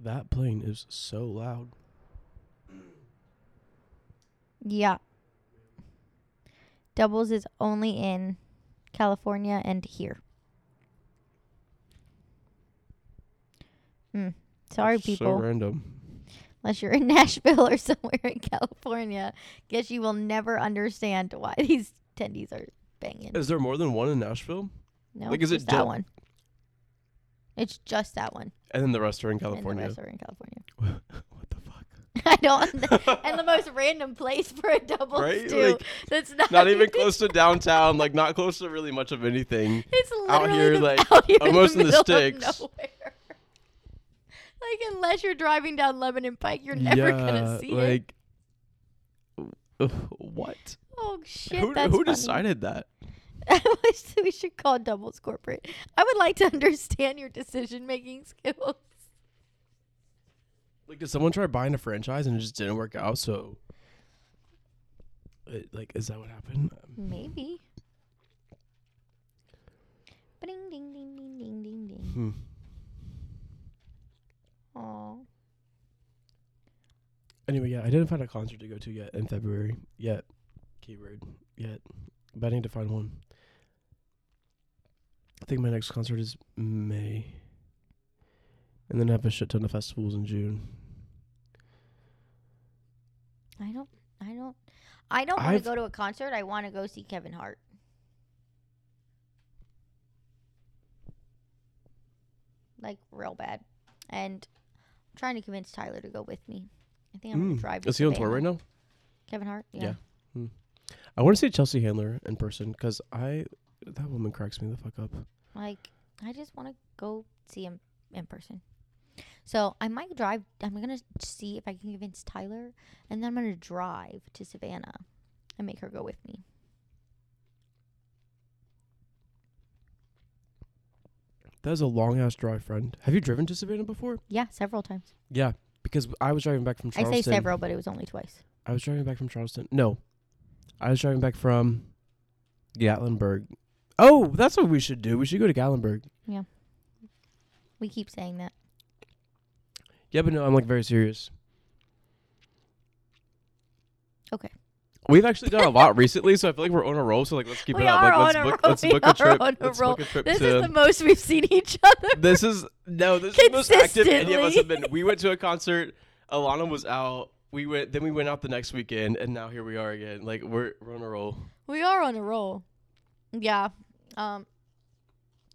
That plane is so loud. Yeah. Doubles is only in California and here. Mm. Sorry It's So Hmm. people. random. unless you're in Nashville or somewhere in California. Guess you will never understand why these tendies are banging. Is there more than one in Nashville? No, like, like, is is it just that ju- one? It's just that one. And then the rest are in And the California. rest are in California. what the fuck? I don't. and the most random place for a double Right? too. Like, That's not, Not even close to downtown, like not close to really much of anything. It's literally out here, the- like, out here almost in the middle of sticks. nowhere. like unless you're driving down Lebanon Pike, you're never gonna see it. like, what? Oh shit! who that's who funny. decided that? I wish that we should call doubles corporate. I would like to understand your decision making skills. Like, did someone try buying a franchise and it just didn't work out? So, it, like, is that what happened? Um, Maybe. Ding ding ding ding ding ding ding. hmm. Aw. Anyway, yeah, I didn't find a concert to go to yet in February. Yet, keyword yet, but I need to find one. I think my next concert is May, and then I have a shit ton of festivals in June. I don't. I don't. I don't want to I've- go to a concert. I want to go see Kevin Hart. Like real bad, and I'm trying to convince Tyler to go with me. I think I'm gonna drive. to Hmm. Mm. Is he on tour Savannah. right now? Kevin Hart. Yeah. Yeah. I want to see Chelsea Handler in person because I that woman cracks me the fuck up. Like I just want to go see him in person. So I might drive. I'm gonna see if I can convince Tyler, and then I'm gonna drive to Savannah and make her go with me. That is a long ass drive, friend. Have you driven to Savannah before? Yeah, several times. Yeah, because I was driving back from Charleston. I say several, but it was only twice. I was driving back from Charleston. No, I was driving back from Gatlinburg. Oh, that's what we should do. We should go to Gatlinburg. We keep saying that. Yeah, but no, I'm like very serious. Okay. We've actually done a lot recently, so I feel like we're on a roll. So like, let's keep We it up. are Like, let's on a book, roll. let's We book are a trip. on a let's roll. book a trip This to. is the most we've seen each other. this is no, this is the most active any of us have been. Consistently. We went to a concert. Alana was out. We went. Then we went out the next weekend, and now here we are again. Like we're we're on a roll. We are on a roll. Yeah. Um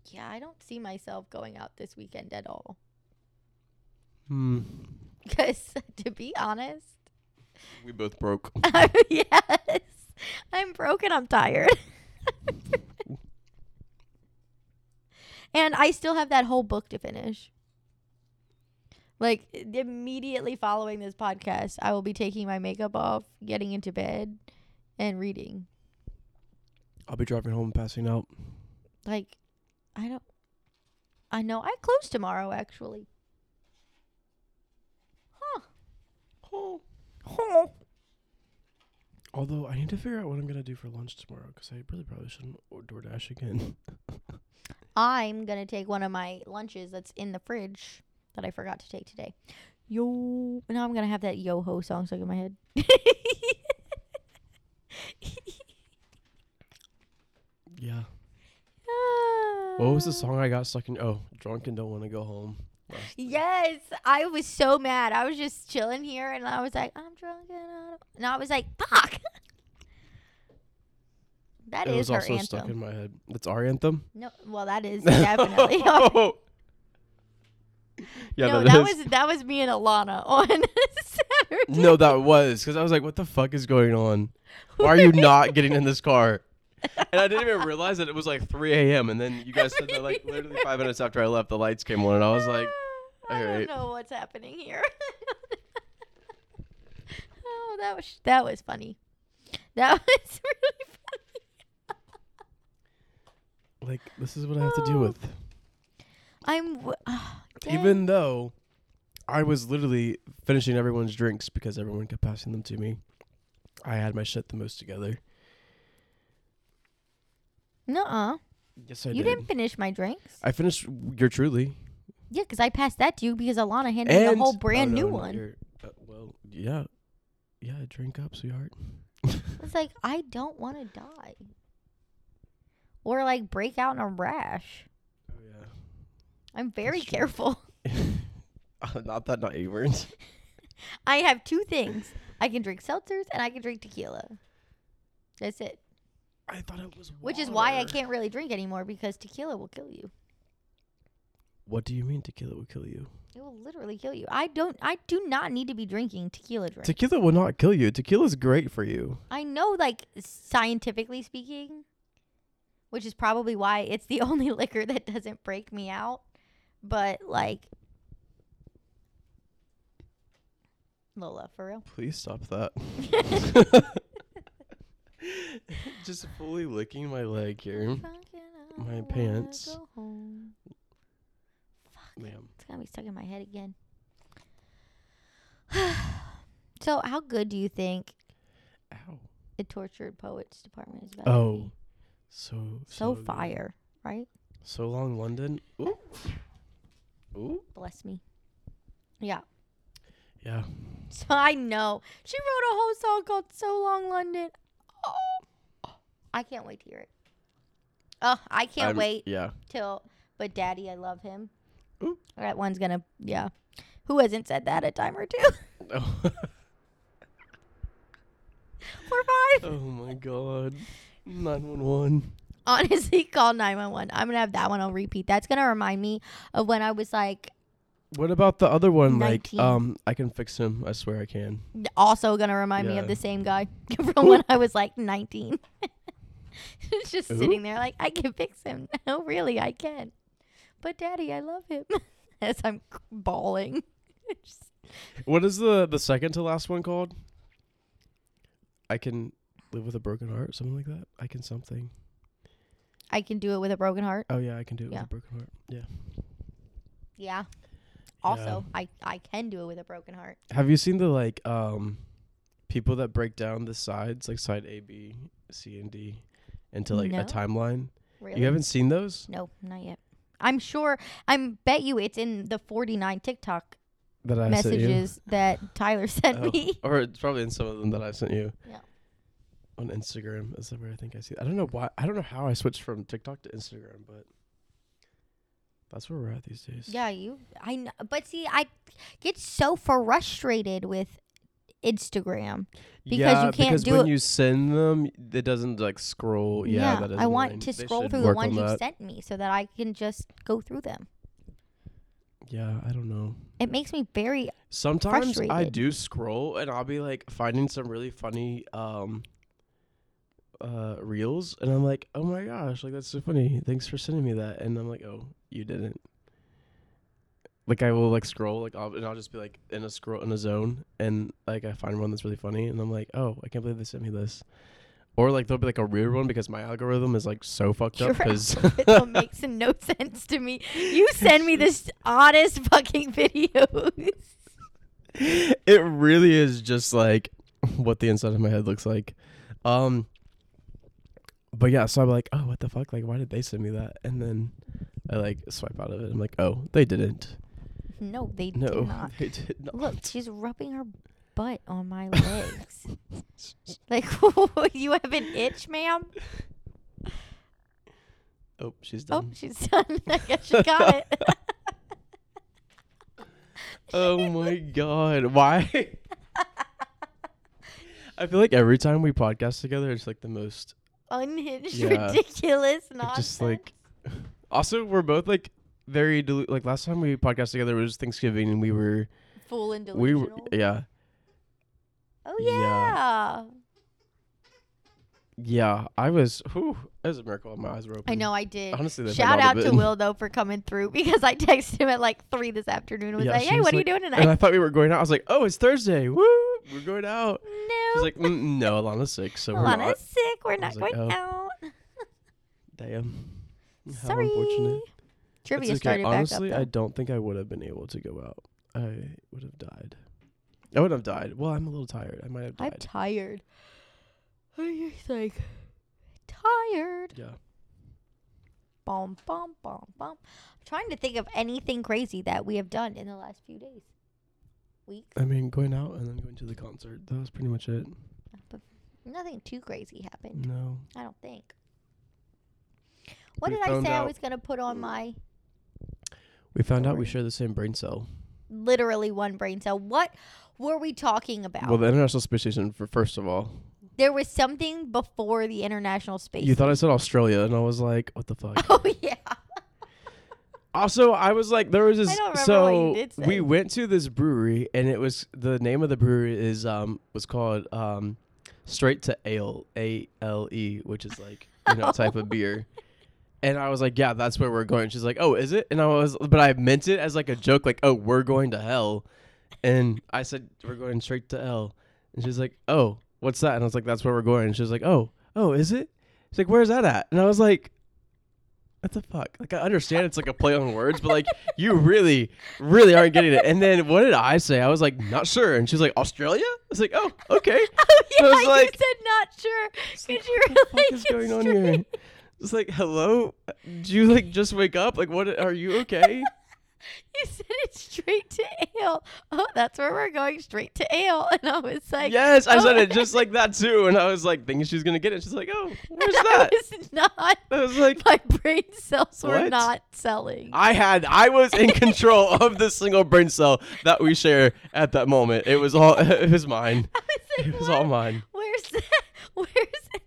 Yeah, I don't see myself going out this weekend at all. Hmm. Cuz to be honest, We both broke. I'm, yes. I'm broken, I'm tired. and I still have that whole book to finish. Like immediately following this podcast, I will be taking my makeup off, getting into bed, and reading. I'll be driving home, passing out. Like, I don't. I know. I close tomorrow, actually. Huh. Oh. Huh. Although I need to figure out what I'm gonna do for lunch tomorrow because I really probably shouldn't or DoorDash again. I'm going to take one of my lunches that's in the fridge that I forgot to take today. Yo. Now I'm going to have that yo ho song stuck in my head. Yeah. What was the song I got stuck in? Oh, drunk and don't want to go home. Last- Yes, I was so mad. I was just chilling here, and I was like, "I'm drunk," and I, don't-" and I was like, "Fuck." That it is was her also anthem. stuck in my head. That's our anthem. No, well, that is definitely. no, yeah, that, that is. was that was me and Alana on Saturday. No, that was because I was like, "What the fuck is going on? Why are you not getting in this car?" And I didn't even realize that it was like 3 a.m. And then you guys said that like literally five minutes after I left, the lights came on, and I was like, I all don't right. know what's happening here. oh, that was that was funny. That was really funny. "Like this is what I have to deal with." I'm w- ah, Even though I was literally finishing everyone's drinks because everyone kept passing them to me, I had my shit the most together. dang. nuh-uh. Yes, I You did. didn't finish my drinks. I finished your truly Yeah, because I passed that to you because Alana handed me and a whole Oh, brand no, new no, one. your- uh, well, yeah, yeah. Drink up, sweetheart. Oh, It's like I don't want to die, or like break out in a rash. Oh yeah. I'm very That's true. careful. not that not eight words. I have two things. I can drink seltzers and I can drink tequila. That's it. I thought it was. Which is why I water. can't really drink anymore because tequila will kill you. What do you mean tequila will kill you? It will literally kill you. I don't. I do not need to be drinking tequila drinks. Tequila will not kill you. Tequila's great for you. I know, like scientifically speaking, which is probably why it's the only liquor that doesn't break me out. But like, Lola, for real. Please stop that. Just fully licking my leg here, Fucking I My wanna pants. go home. Fuck. ma'am. It's gonna be stuck in my head again. so, how good do you think Ow. the tortured poets department is about? to Oh, be? so so good. fire, right? So long, London. Ooh. Ooh. Bless me. Yeah. Yeah. So I know she wrote a whole song called "So Long London." Oh, I can't wait to hear it. Oh, I can't I'm- wait Yeah. till. But Daddy, I love him. Ooh. That one's gonna. Yeah. Who hasn't said that a time or two? Oh, Four five. oh my God. Nine one one. Honestly, call nine one one. I'm gonna have that one on repeat. That's gonna remind me of when I was like What about the other one? Nineteen. Like, um, I can fix him. I swear I can. also gonna remind me of the Yeah. same guy from when I was like 19. It's just sitting there like I can fix him. No, really, I can. But daddy, I love him. As I'm c- bawling. Just- What is the the second to last one called? I can live with a broken heart, something like that. I can something. I can do it with a broken heart. Oh yeah, I can do it Yeah. with a broken heart. Yeah. Yeah. Also, I I can do it with a broken heart. Have you seen the like um people that break down the sides, like side A, B, C, and D, into like No. a timeline? Really? You haven't seen those? no, not yet. I'm sure. I'm bet you it's in the 49 TikTok That I sent you? messages that Tyler sent Oh, me. or it's probably in some of them that I've sent you. Yeah. On Instagram is where I think I see. I don't know why. I don't know how I switched from TikTok to Instagram, but that's where we're at these days. Yeah, you. I know, but see, I get so frustrated with Instagram. because you can't because do when it- you send them, it doesn't like scroll. Yeah, that is. I want annoying. to They scroll should through the work on ones you that. sent me so that I can just go through them. Yeah, I don't know. It makes me very. Sometimes I Frustrated. do scroll and I'll be like finding some really funny um uh reels and I'm like, "Oh my gosh, like that's so funny. Thanks for sending me that." And I'm like, "Oh, you didn't." Like I will like scroll like I'll, and I'll just be like in a scroll in a zone and like I find one that's really funny and I'm like, "Oh, I can't believe they sent me this." Or like there'll be like a weird one because my algorithm is like so fucked up Your cuz It makes no sense to me. You send me this oddest fucking videos. it really is just like what the inside of my head looks like. Um but yeah, so I'm like, oh what the fuck? Like why did they send me that? And then I like swipe out of it. I'm like, oh, they didn't. No, they do No, not. they did not. Look, she's rubbing her butt on my legs. like, you have an itch, ma'am? Oh, she's Oh, done. she's done. I guess she got it. Oh, my god. Why? I feel like every time we podcast together it's like the most unhinged, Yeah. ridiculous nonsense. just like also we're both like very delu- like last time we podcast together was Thanksgiving and we were full and we were delusional. yeah. oh yeah. yeah. Yeah, I was. Whew, it was a miracle. My eyes were open. I know I did. Honestly, that Shout might not out have to been- Will though for coming through because I texted him at like three this afternoon and was Yeah, like, she "Hey, was what are you like- doing tonight?" And I thought we were going out. I was like, "Oh, it's Thursday. Woo, we're going out." no, She's like, mm, "No, Alana's sick, so we're Alana's not." sick. We're not was like, going "Oh, out. Damn. How Sorry." unfortunate. Trivia It's okay. started Honestly, back I up. don't think I would have been able to go out. I would have died. I would have died. Well, I'm a little tired. I might have Though. I'm died. tired. I'm just like tired. yeah. Bom bom bom bom. I'm trying to think of anything crazy that we have done in the last few days, weeks. I mean, going out and then going to the concert. That was pretty much it. But nothing too crazy happened. No. I don't think. What We did I Mm. found say I out- was gonna put on my We found out we Alright. share the same brain cell. literally one brain cell? What were we talking about? Well, the International Space Station, for first of all, there was something before the International Space. you thought I said Australia, and I was like, what the fuck? oh yeah. Also, I was like, there was this. don't remember what so you did say. we went to this brewery, and it was the name of the brewery is um was called um, Straight to Ale A L E, which is like you know type of beer. And I was like, yeah, that's where we're going. She's like, oh, is it? And I was, but I meant it as like a joke, like, oh, we're going to hell. And I said, we're going straight to hell. And she's like, oh, what's that? And I was like, that's where we're going. And she was like, oh, oh, is it? She's like, where's that at? And I was like, what the fuck? Like I understand it's like a play on words, but like you really, really aren't getting it. And then what did I say? I was like, not sure. And she's like, Australia? I was like, oh, Oh okay. yeah. I was you like- said not sure. Could you What the really fuck is going on just here? It's like, hello? Did you like just wake up? Like what are you okay? You said it straight to ale. Oh, that's where we're going, straight to ale. And I was like, yes, I oh. said it just like that too. And I was like thinking she's gonna get it. She's like, oh, where's And that? I was not. I was like My brain cells were What? not selling. I had I was in control of the single brain cell that we share at that moment. It was all it was mine. I was like, It was what? all mine. Where's that? Where's it?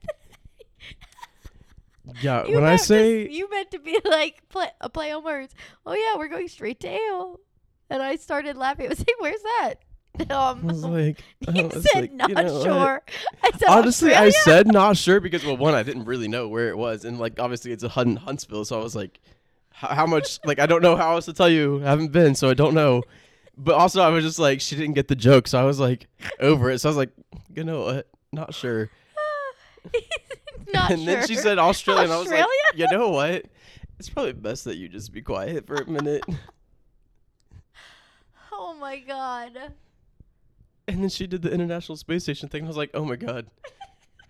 Yeah, You when I meant to- say you meant to be like play, a play on words. Oh yeah, we're going straight to ale. And I started laughing. I was like, "Where's that?" I was Um, like, you oh, it's said like, you not know what? sure. I said, Honestly, I Australia? said not sure because well, one, I didn't really know where it was, and like obviously it's a hunt in Huntsville, so I was like, h- how much? like I don't know how else to tell you. I haven't been, so I don't know. But also, I was just like, she didn't get the joke, so I was like, over it. So I was like, you know what? Not sure. not and sure. then she said Australia, and I was like, Australia? you know what? It's probably best that you just be quiet for a minute. "Oh my god." And then she did the International Space Station thing. And I was like, oh my god,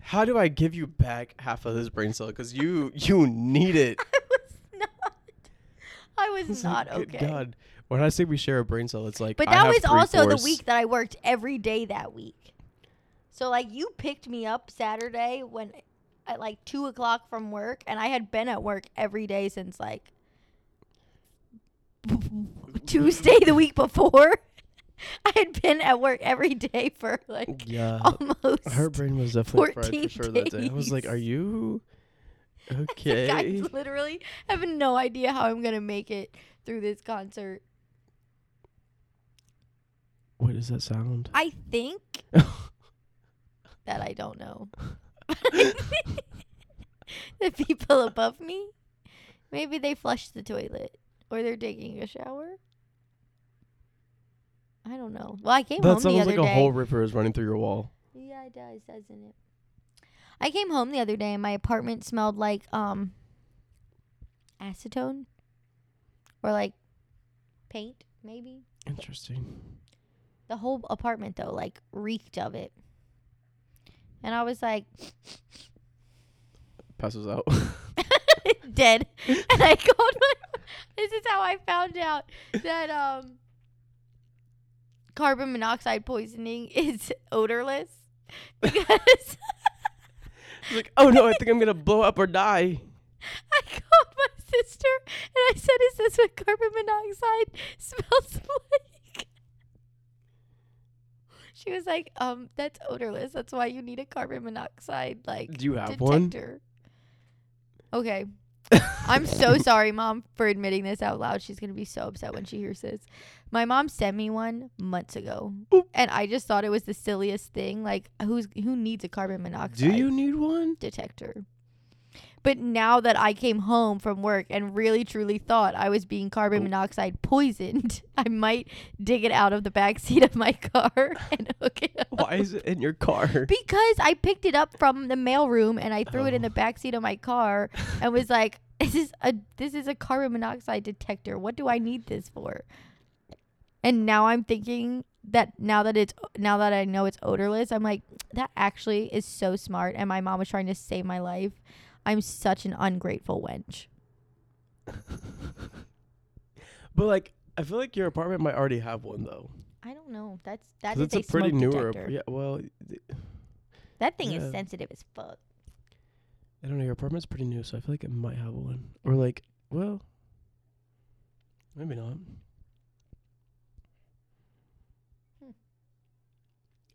how do I give you back half of this brain cell? Because you you need it. I was not. I was, It's not like, good okay. God, when I say we share a brain cell, it's like. But I that have was three also fourths. the week that I worked every day that week. So like you picked me up Saturday when at like two o'clock from work, and I had been at work every day since like Tuesday the week before. I had been at work every day for like Yeah, almost. her brain was definitely fried 14 for sure that day. I was like, days. "Are you Like, I okay?" literally have no idea how I'm gonna make it through this concert. what is that sound? I think that I don't know. the people above me, maybe they flushed the toilet or they're taking a shower. I don't know. Well, I came that home the sounds other like day. a whole river is running through your wall. yeah, it does, doesn't it? I came home the other day and my apartment smelled like um acetone or like paint, maybe. Interesting. The whole apartment though, like reeked of it. And I was like Passes out. dead. And I called my This is how I found out that um carbon monoxide poisoning is odorless. Because It's like, oh no, I think I'm gonna blow up or die. I called my sister and I said, Is this what carbon monoxide smells like? She was like, Um, that's odorless. That's why you need a carbon monoxide like Do you have one? detector. Okay. I'm so sorry, mom, for admitting this out loud. She's gonna be so upset when she hears this. My mom sent me one months ago, Oop. and I just thought it was the silliest thing. Like, who's who needs a carbon Do monoxide you need one? detector? But now that I came home from work and really truly thought I was being carbon Oop. monoxide poisoned, I might dig it out of the back seat of my car and hook it up. Why is it in your car? Because I picked it up from the mailroom and I threw it in Oh. the backseat of my car and was like, "This is a this is a carbon monoxide detector. What do I need this for?" And now I'm thinking that now that it's now that I know it's odorless, I'm like, that actually is so smart. And my mom was trying to save my life. I'm such an ungrateful wench. but like, I feel like your apartment might already have one though. I don't know. That's that's 'Cause a, it's a pretty smoke newer. detector. ap- Yeah, well, That thing yeah. is sensitive as fuck. I don't know. Your apartment's pretty new, so I feel like it might have one. Or like, well, maybe not. Hmm.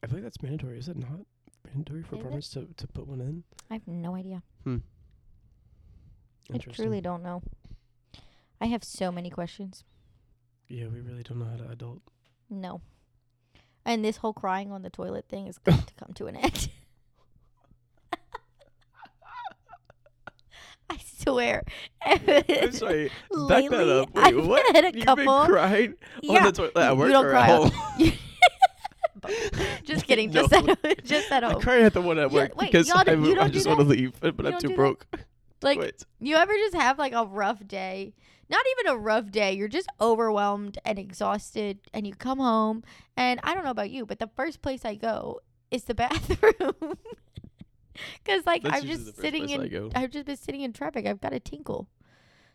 I believe that's mandatory. Is it not mandatory for Is it? apartments to, to put one in? I have no idea. I Interesting. truly don't know. I have so many questions. yeah, we really don't know how to adult. No. And this whole crying on the toilet thing is going to come to an end. I swear. I'm sorry. Back that Lately, up. Wait, I've what? had a You've been couple- crying on Yeah. the toilet at You work don't or cry at on- home? just kidding. No. Just at just at I home. cry at the one at Yeah, work wait, because y'all I, don't- you I don't do just want to that? leave, but I'm don't do too that? broke. Like Wait. you ever just have like a rough day? Not even a rough day. You're just overwhelmed and exhausted, and you come home. And I don't know about you, but the first place I go is the bathroom. Because like That's I'm usually the just first sitting place I in, go. I've just been sitting in traffic. I've got a tinkle,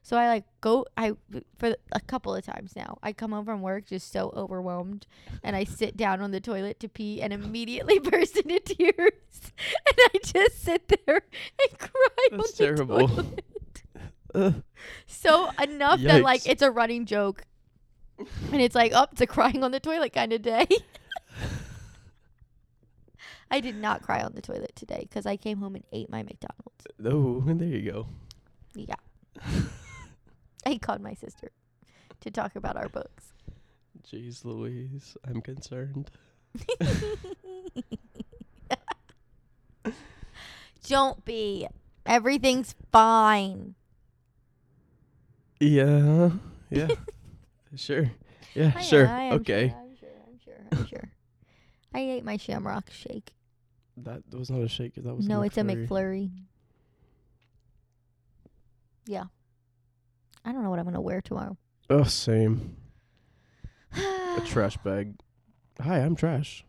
so I like go. I for a couple of times now. I come home from work just so overwhelmed, and I sit down on the toilet to pee and immediately burst into tears. And I just sit there and cry. That's on terrible. The toilet. Ugh. So enough that like Yikes. it's a running joke, and it's like, oh, it's a crying on the toilet kind of day. I did not cry on the toilet today because I came home and ate my McDonald's. oh, there you go. Yeah. I called my sister to talk about our books. Jeez Louise, I'm concerned. Don't be. Everything's fine. Yeah. Yeah. sure. Yeah, I- sure. I am okay. Sure, I'm sure. I'm sure. I'm sure. I ate my shamrock shake. That was not a shake. That was no, it's a McFlurry. McFlurry. Yeah. I don't know what I'm gonna wear tomorrow. Oh, same. A trash bag. Hi, I'm trash.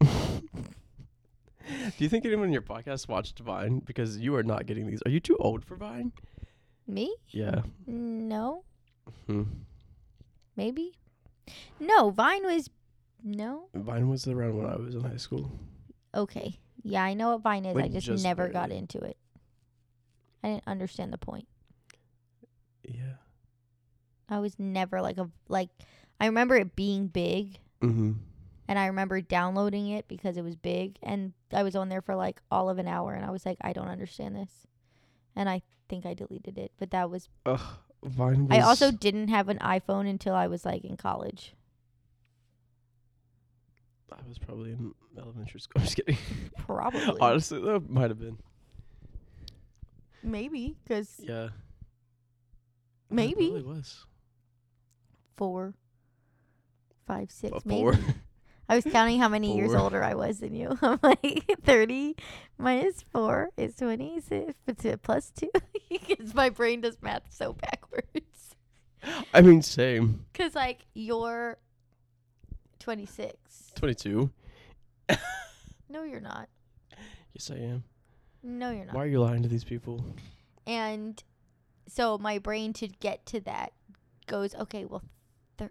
Do you think anyone in your podcast watched Vine? Because you are not getting these. Are you too old for Vine? Me? Yeah. No. Hmm. Maybe. No, Vine was. No. Vine was around when I was in high school. Okay. Yeah, I know what Vine is. I Like, just, just never got barely. into it. I didn't understand the point. Yeah. I was never like a like. I remember it being big, Mm-hmm. and I remember downloading it because it was big, and I was on there for like all of an hour, and I was like, I don't understand this, and I think I deleted it. But that was Ugh. Vine was. I also didn't have an iPhone until I was like in college. I was probably in elementary school. I'm just kidding. Probably. Honestly, that might have been. Maybe because Yeah. Maybe. It probably was. four, five, six. A maybe. four. I was counting how many years Four. older I was than you. I'm like thirty minus four is twenty six. It's a plus two because my brain does math so backwards. I mean, same. Because like you're twenty six. 22. No, you're not. Yes, I am. No, you're not. Why are you lying to these people? and so my brain to get to that goes okay well thir-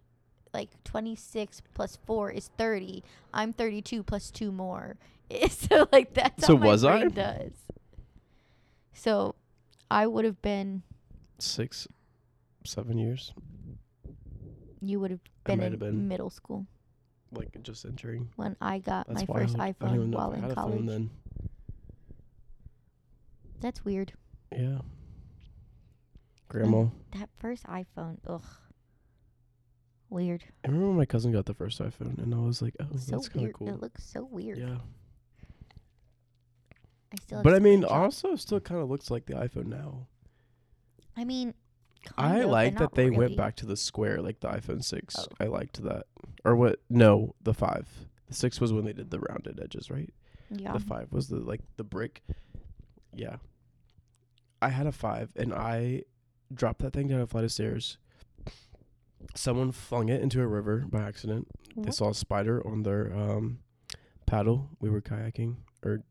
like 26 plus 4 is 30 i'm 32 plus 2 more so like that's So how my was I? brain does so i would have been Six, seven years. you would have I been might in have been. middle school Like, just entering. when i got That's my wild. first I don't even iphone know if while I in had a phone college then. that's weird Yeah. Grandma. that first iphone ugh weird I remember when my cousin got the first iPhone, and I was like, oh, so that's kind weird of cool. it looks so weird Yeah. i still have but I mean, screenshots. also still kind of looks like the iPhone now. I mean, I kind of, but like not that they really. went back to the square, like the iPhone 6. Oh. I liked that. Or what? No, the 5. The 6 was when they did the rounded edges, right? Yeah. The 5 was the like the brick. Yeah. I had a 5 and I dropped that thing down a flight of stairs. Someone flung it into a river by accident. They What? saw a spider on their um, paddle. We were kayaking, or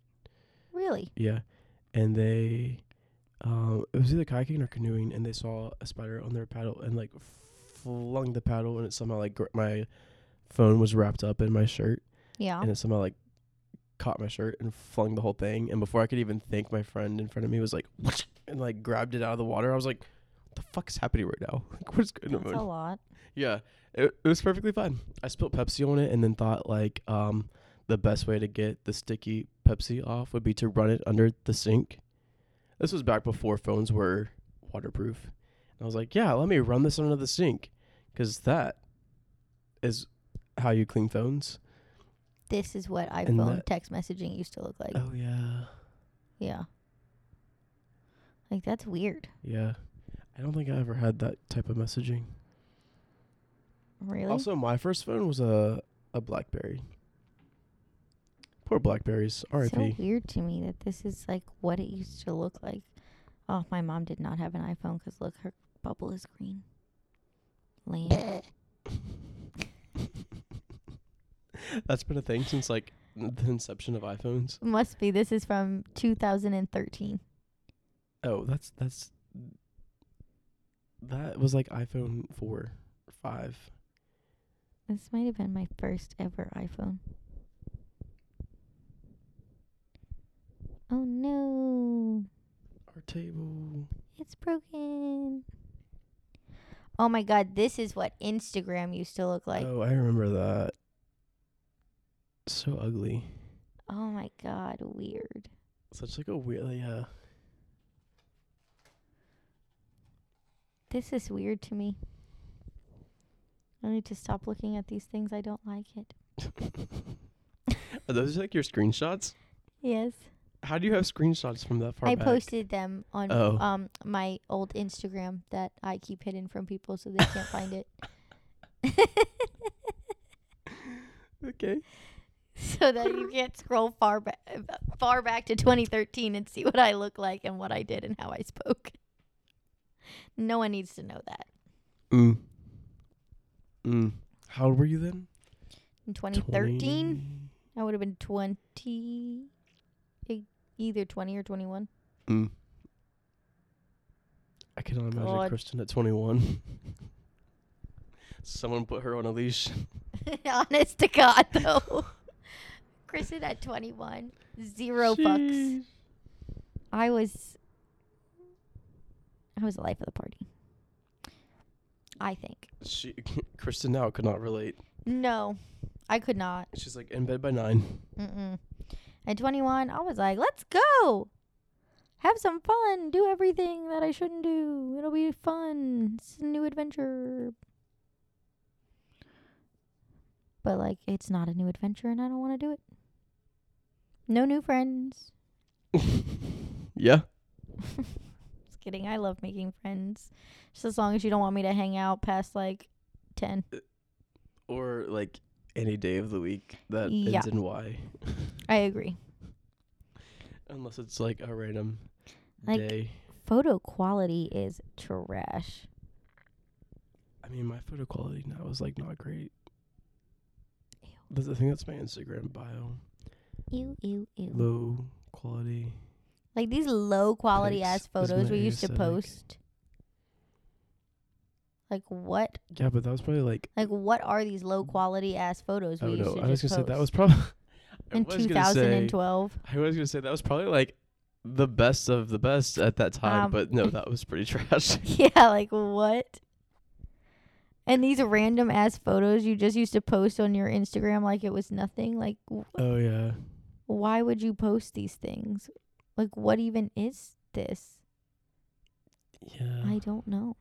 Really? yeah, and they um, it was either kayaking or canoeing, and they saw a spider on their paddle and like flung the paddle, and it somehow like gr- my phone was wrapped up in my shirt, Yeah. and it somehow like caught my shirt and flung the whole thing. And before I could even think, my friend in front of me was like and like grabbed it out of the water. I was like, "What the fuck's happening right now? Like, what's going That's on?" a lot. Yeah, it, it was perfectly fine. I spilled Pepsi on it and then thought like um the best way to get the sticky Pepsi off would be to run it under the sink. This was back before phones were waterproof. And I was like, yeah, let me run this under the sink because that is how you clean phones. This is what And iPhone that- text messaging used to look like. Oh, yeah. Yeah. Like that's weird. Yeah. I don't think I ever had that type of messaging. Really? Also, my first phone was a, a Blackberry. Poor Blackberries. RIP. so weird to me that this is like what it used to look like. Oh, my mom did not have an iPhone 'cause look, her bubble is green. Lame. That's been a thing since like the inception of iPhones. Must be. This is from 2013. Oh, that's that's that was like iPhone four, five. This might have been my first ever iPhone. Oh no, Our table. it's broken. Oh my god, this is what Instagram used to look like. oh, I remember that. So ugly. Oh my god, weird. Such like a weird. Yeah. This is weird to me. I need to stop looking at these things. I don't like it. Are those like your screenshots? Yes. How do you have screenshots from that far I back? posted them on Oh. um my old Instagram that I keep hidden from people so they can't find it. Okay. so that you can't scroll far back far back to 2013 and see what I look like and what I did and how I spoke. No one needs to know that. Mm. Mm. How old were you then? In 2013, 20. I would have been 20 e- either 20 or 21. Mm. I can only imagine God. Kristen at 21. Someone put her on a leash. Honest to God, though. Kristen at 21, zero bucks. Sheesh. I was, I was the life of the party. I think. She, Kristen now could not relate. No, I could not. She's like in bed by nine. Mm-mm. At 21, I was like, let's go. Have some fun. Do everything that I shouldn't do. It'll be fun. It's a new adventure. But, like, it's not a new adventure, and I don't want to do it. No new friends. yeah. Just kidding. I love making friends. Just as long as you don't want me to hang out past, like, 10. Or like any day of the week that Yeah. ends in Y. I agree. Unless it's like a random Like- day. Photo quality is trash. I mean, my photo quality now is like not great. Ew. That's, I think that's my Instagram bio. Ew, ew, ew. Low quality. Like these low quality ass Thanks. Is photos we my used to aesthetic. post. Like what? Yeah, but that was probably like Like what are these low quality ass photos we Oh used no! to I was gonna just say post? that was probably in 2012. I was gonna say that was probably like the best of the best at that time, Um, but no, that was pretty trash. yeah, like what? And these random ass photos you just used to post on your Instagram like it was nothing. Like w- oh yeah, why would you post these things? Like what even is this? yeah. I don't know.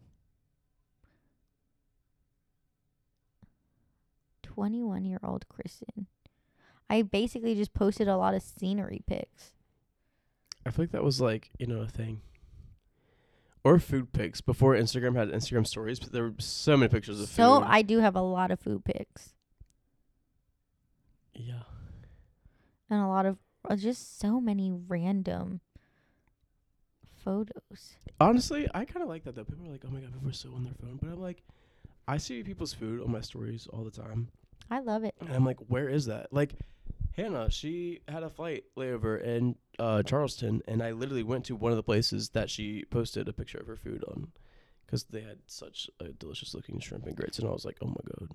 21 year old Kristen. I basically just posted a lot of scenery pics. I feel like that was like you know a thing. Or food pics before Instagram had Instagram stories, but there were so many pictures of So food. I do have a lot of food pics yeah, and a lot of uh, just so many random photos. honestly, I kind of like that though. People are like, "Oh my god, people are so on their phone," but I'm like, I see people's food on my stories all the time. I love it. And I'm like, where is that? Like, Hannah, she had a flight layover in uh, Charleston, and I literally went to one of the places that she posted a picture of her food on because they had such a delicious looking shrimp and grits. And I was like, oh my God,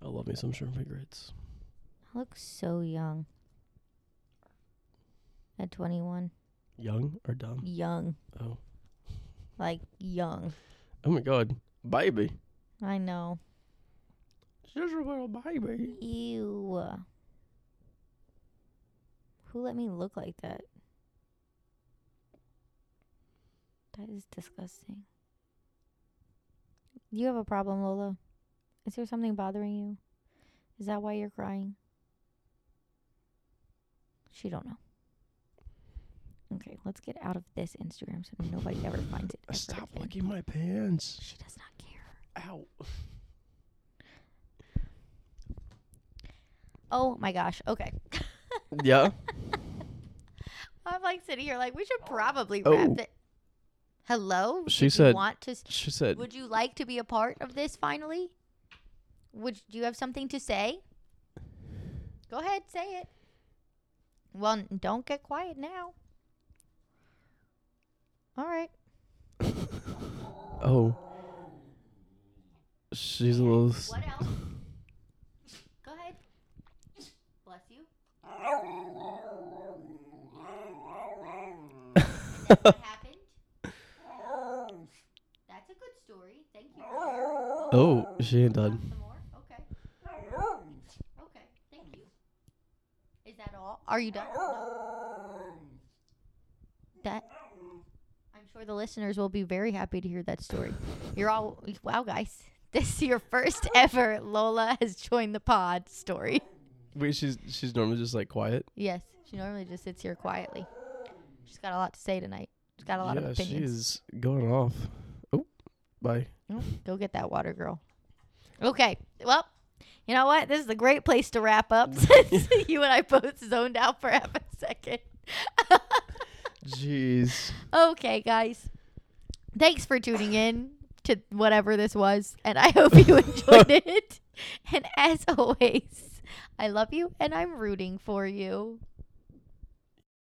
I love me some shrimp and grits. I look so young. At 21. Young or dumb? Young. Oh, Like, young. oh my God, baby. I know. She's a little baby. Ew. Who let me look like that? That is disgusting. You have a problem, Lola. Is there something bothering you? Is that why you're crying? She don't know. Okay, let's get out of this Instagram so nobody ever finds it. ever Stop again. licking my pants. She does not care. Ow. Oh my gosh. Okay. Yeah. I'm like sitting here like we should probably Oh. wrap it. Hello? She Did you said- want to s- She said, Would you like to be a part of this finally? Would do you have something to say? Go ahead, say it. Well, n- don't get quiet now. All right. "Oh, she's a little." s- What else? Go ahead. Bless you. What happened? That's a good story. Thank you. for that. oh, she ain't Want done. Some more? Okay. Okay. Thank you. Is that all? Are you done? No. That. I'm sure the listeners will be very happy to hear that story. You're all wow, guys. This is your first ever Lola has joined the pod story. Wait, she's she's normally just like quiet. Yes, she normally just sits here quietly. She's got a lot to say tonight. She's got a lot Yeah, of she opinions. is going off. Oh, bye. Oh, Go get that water, girl. Okay. Well, you know what? This is a great place to wrap up since you and I both zoned out for half a second. Jeez. okay, guys. Thanks for tuning in to whatever this was, and I hope you enjoyed it. And as always, I love you and I'm rooting for you.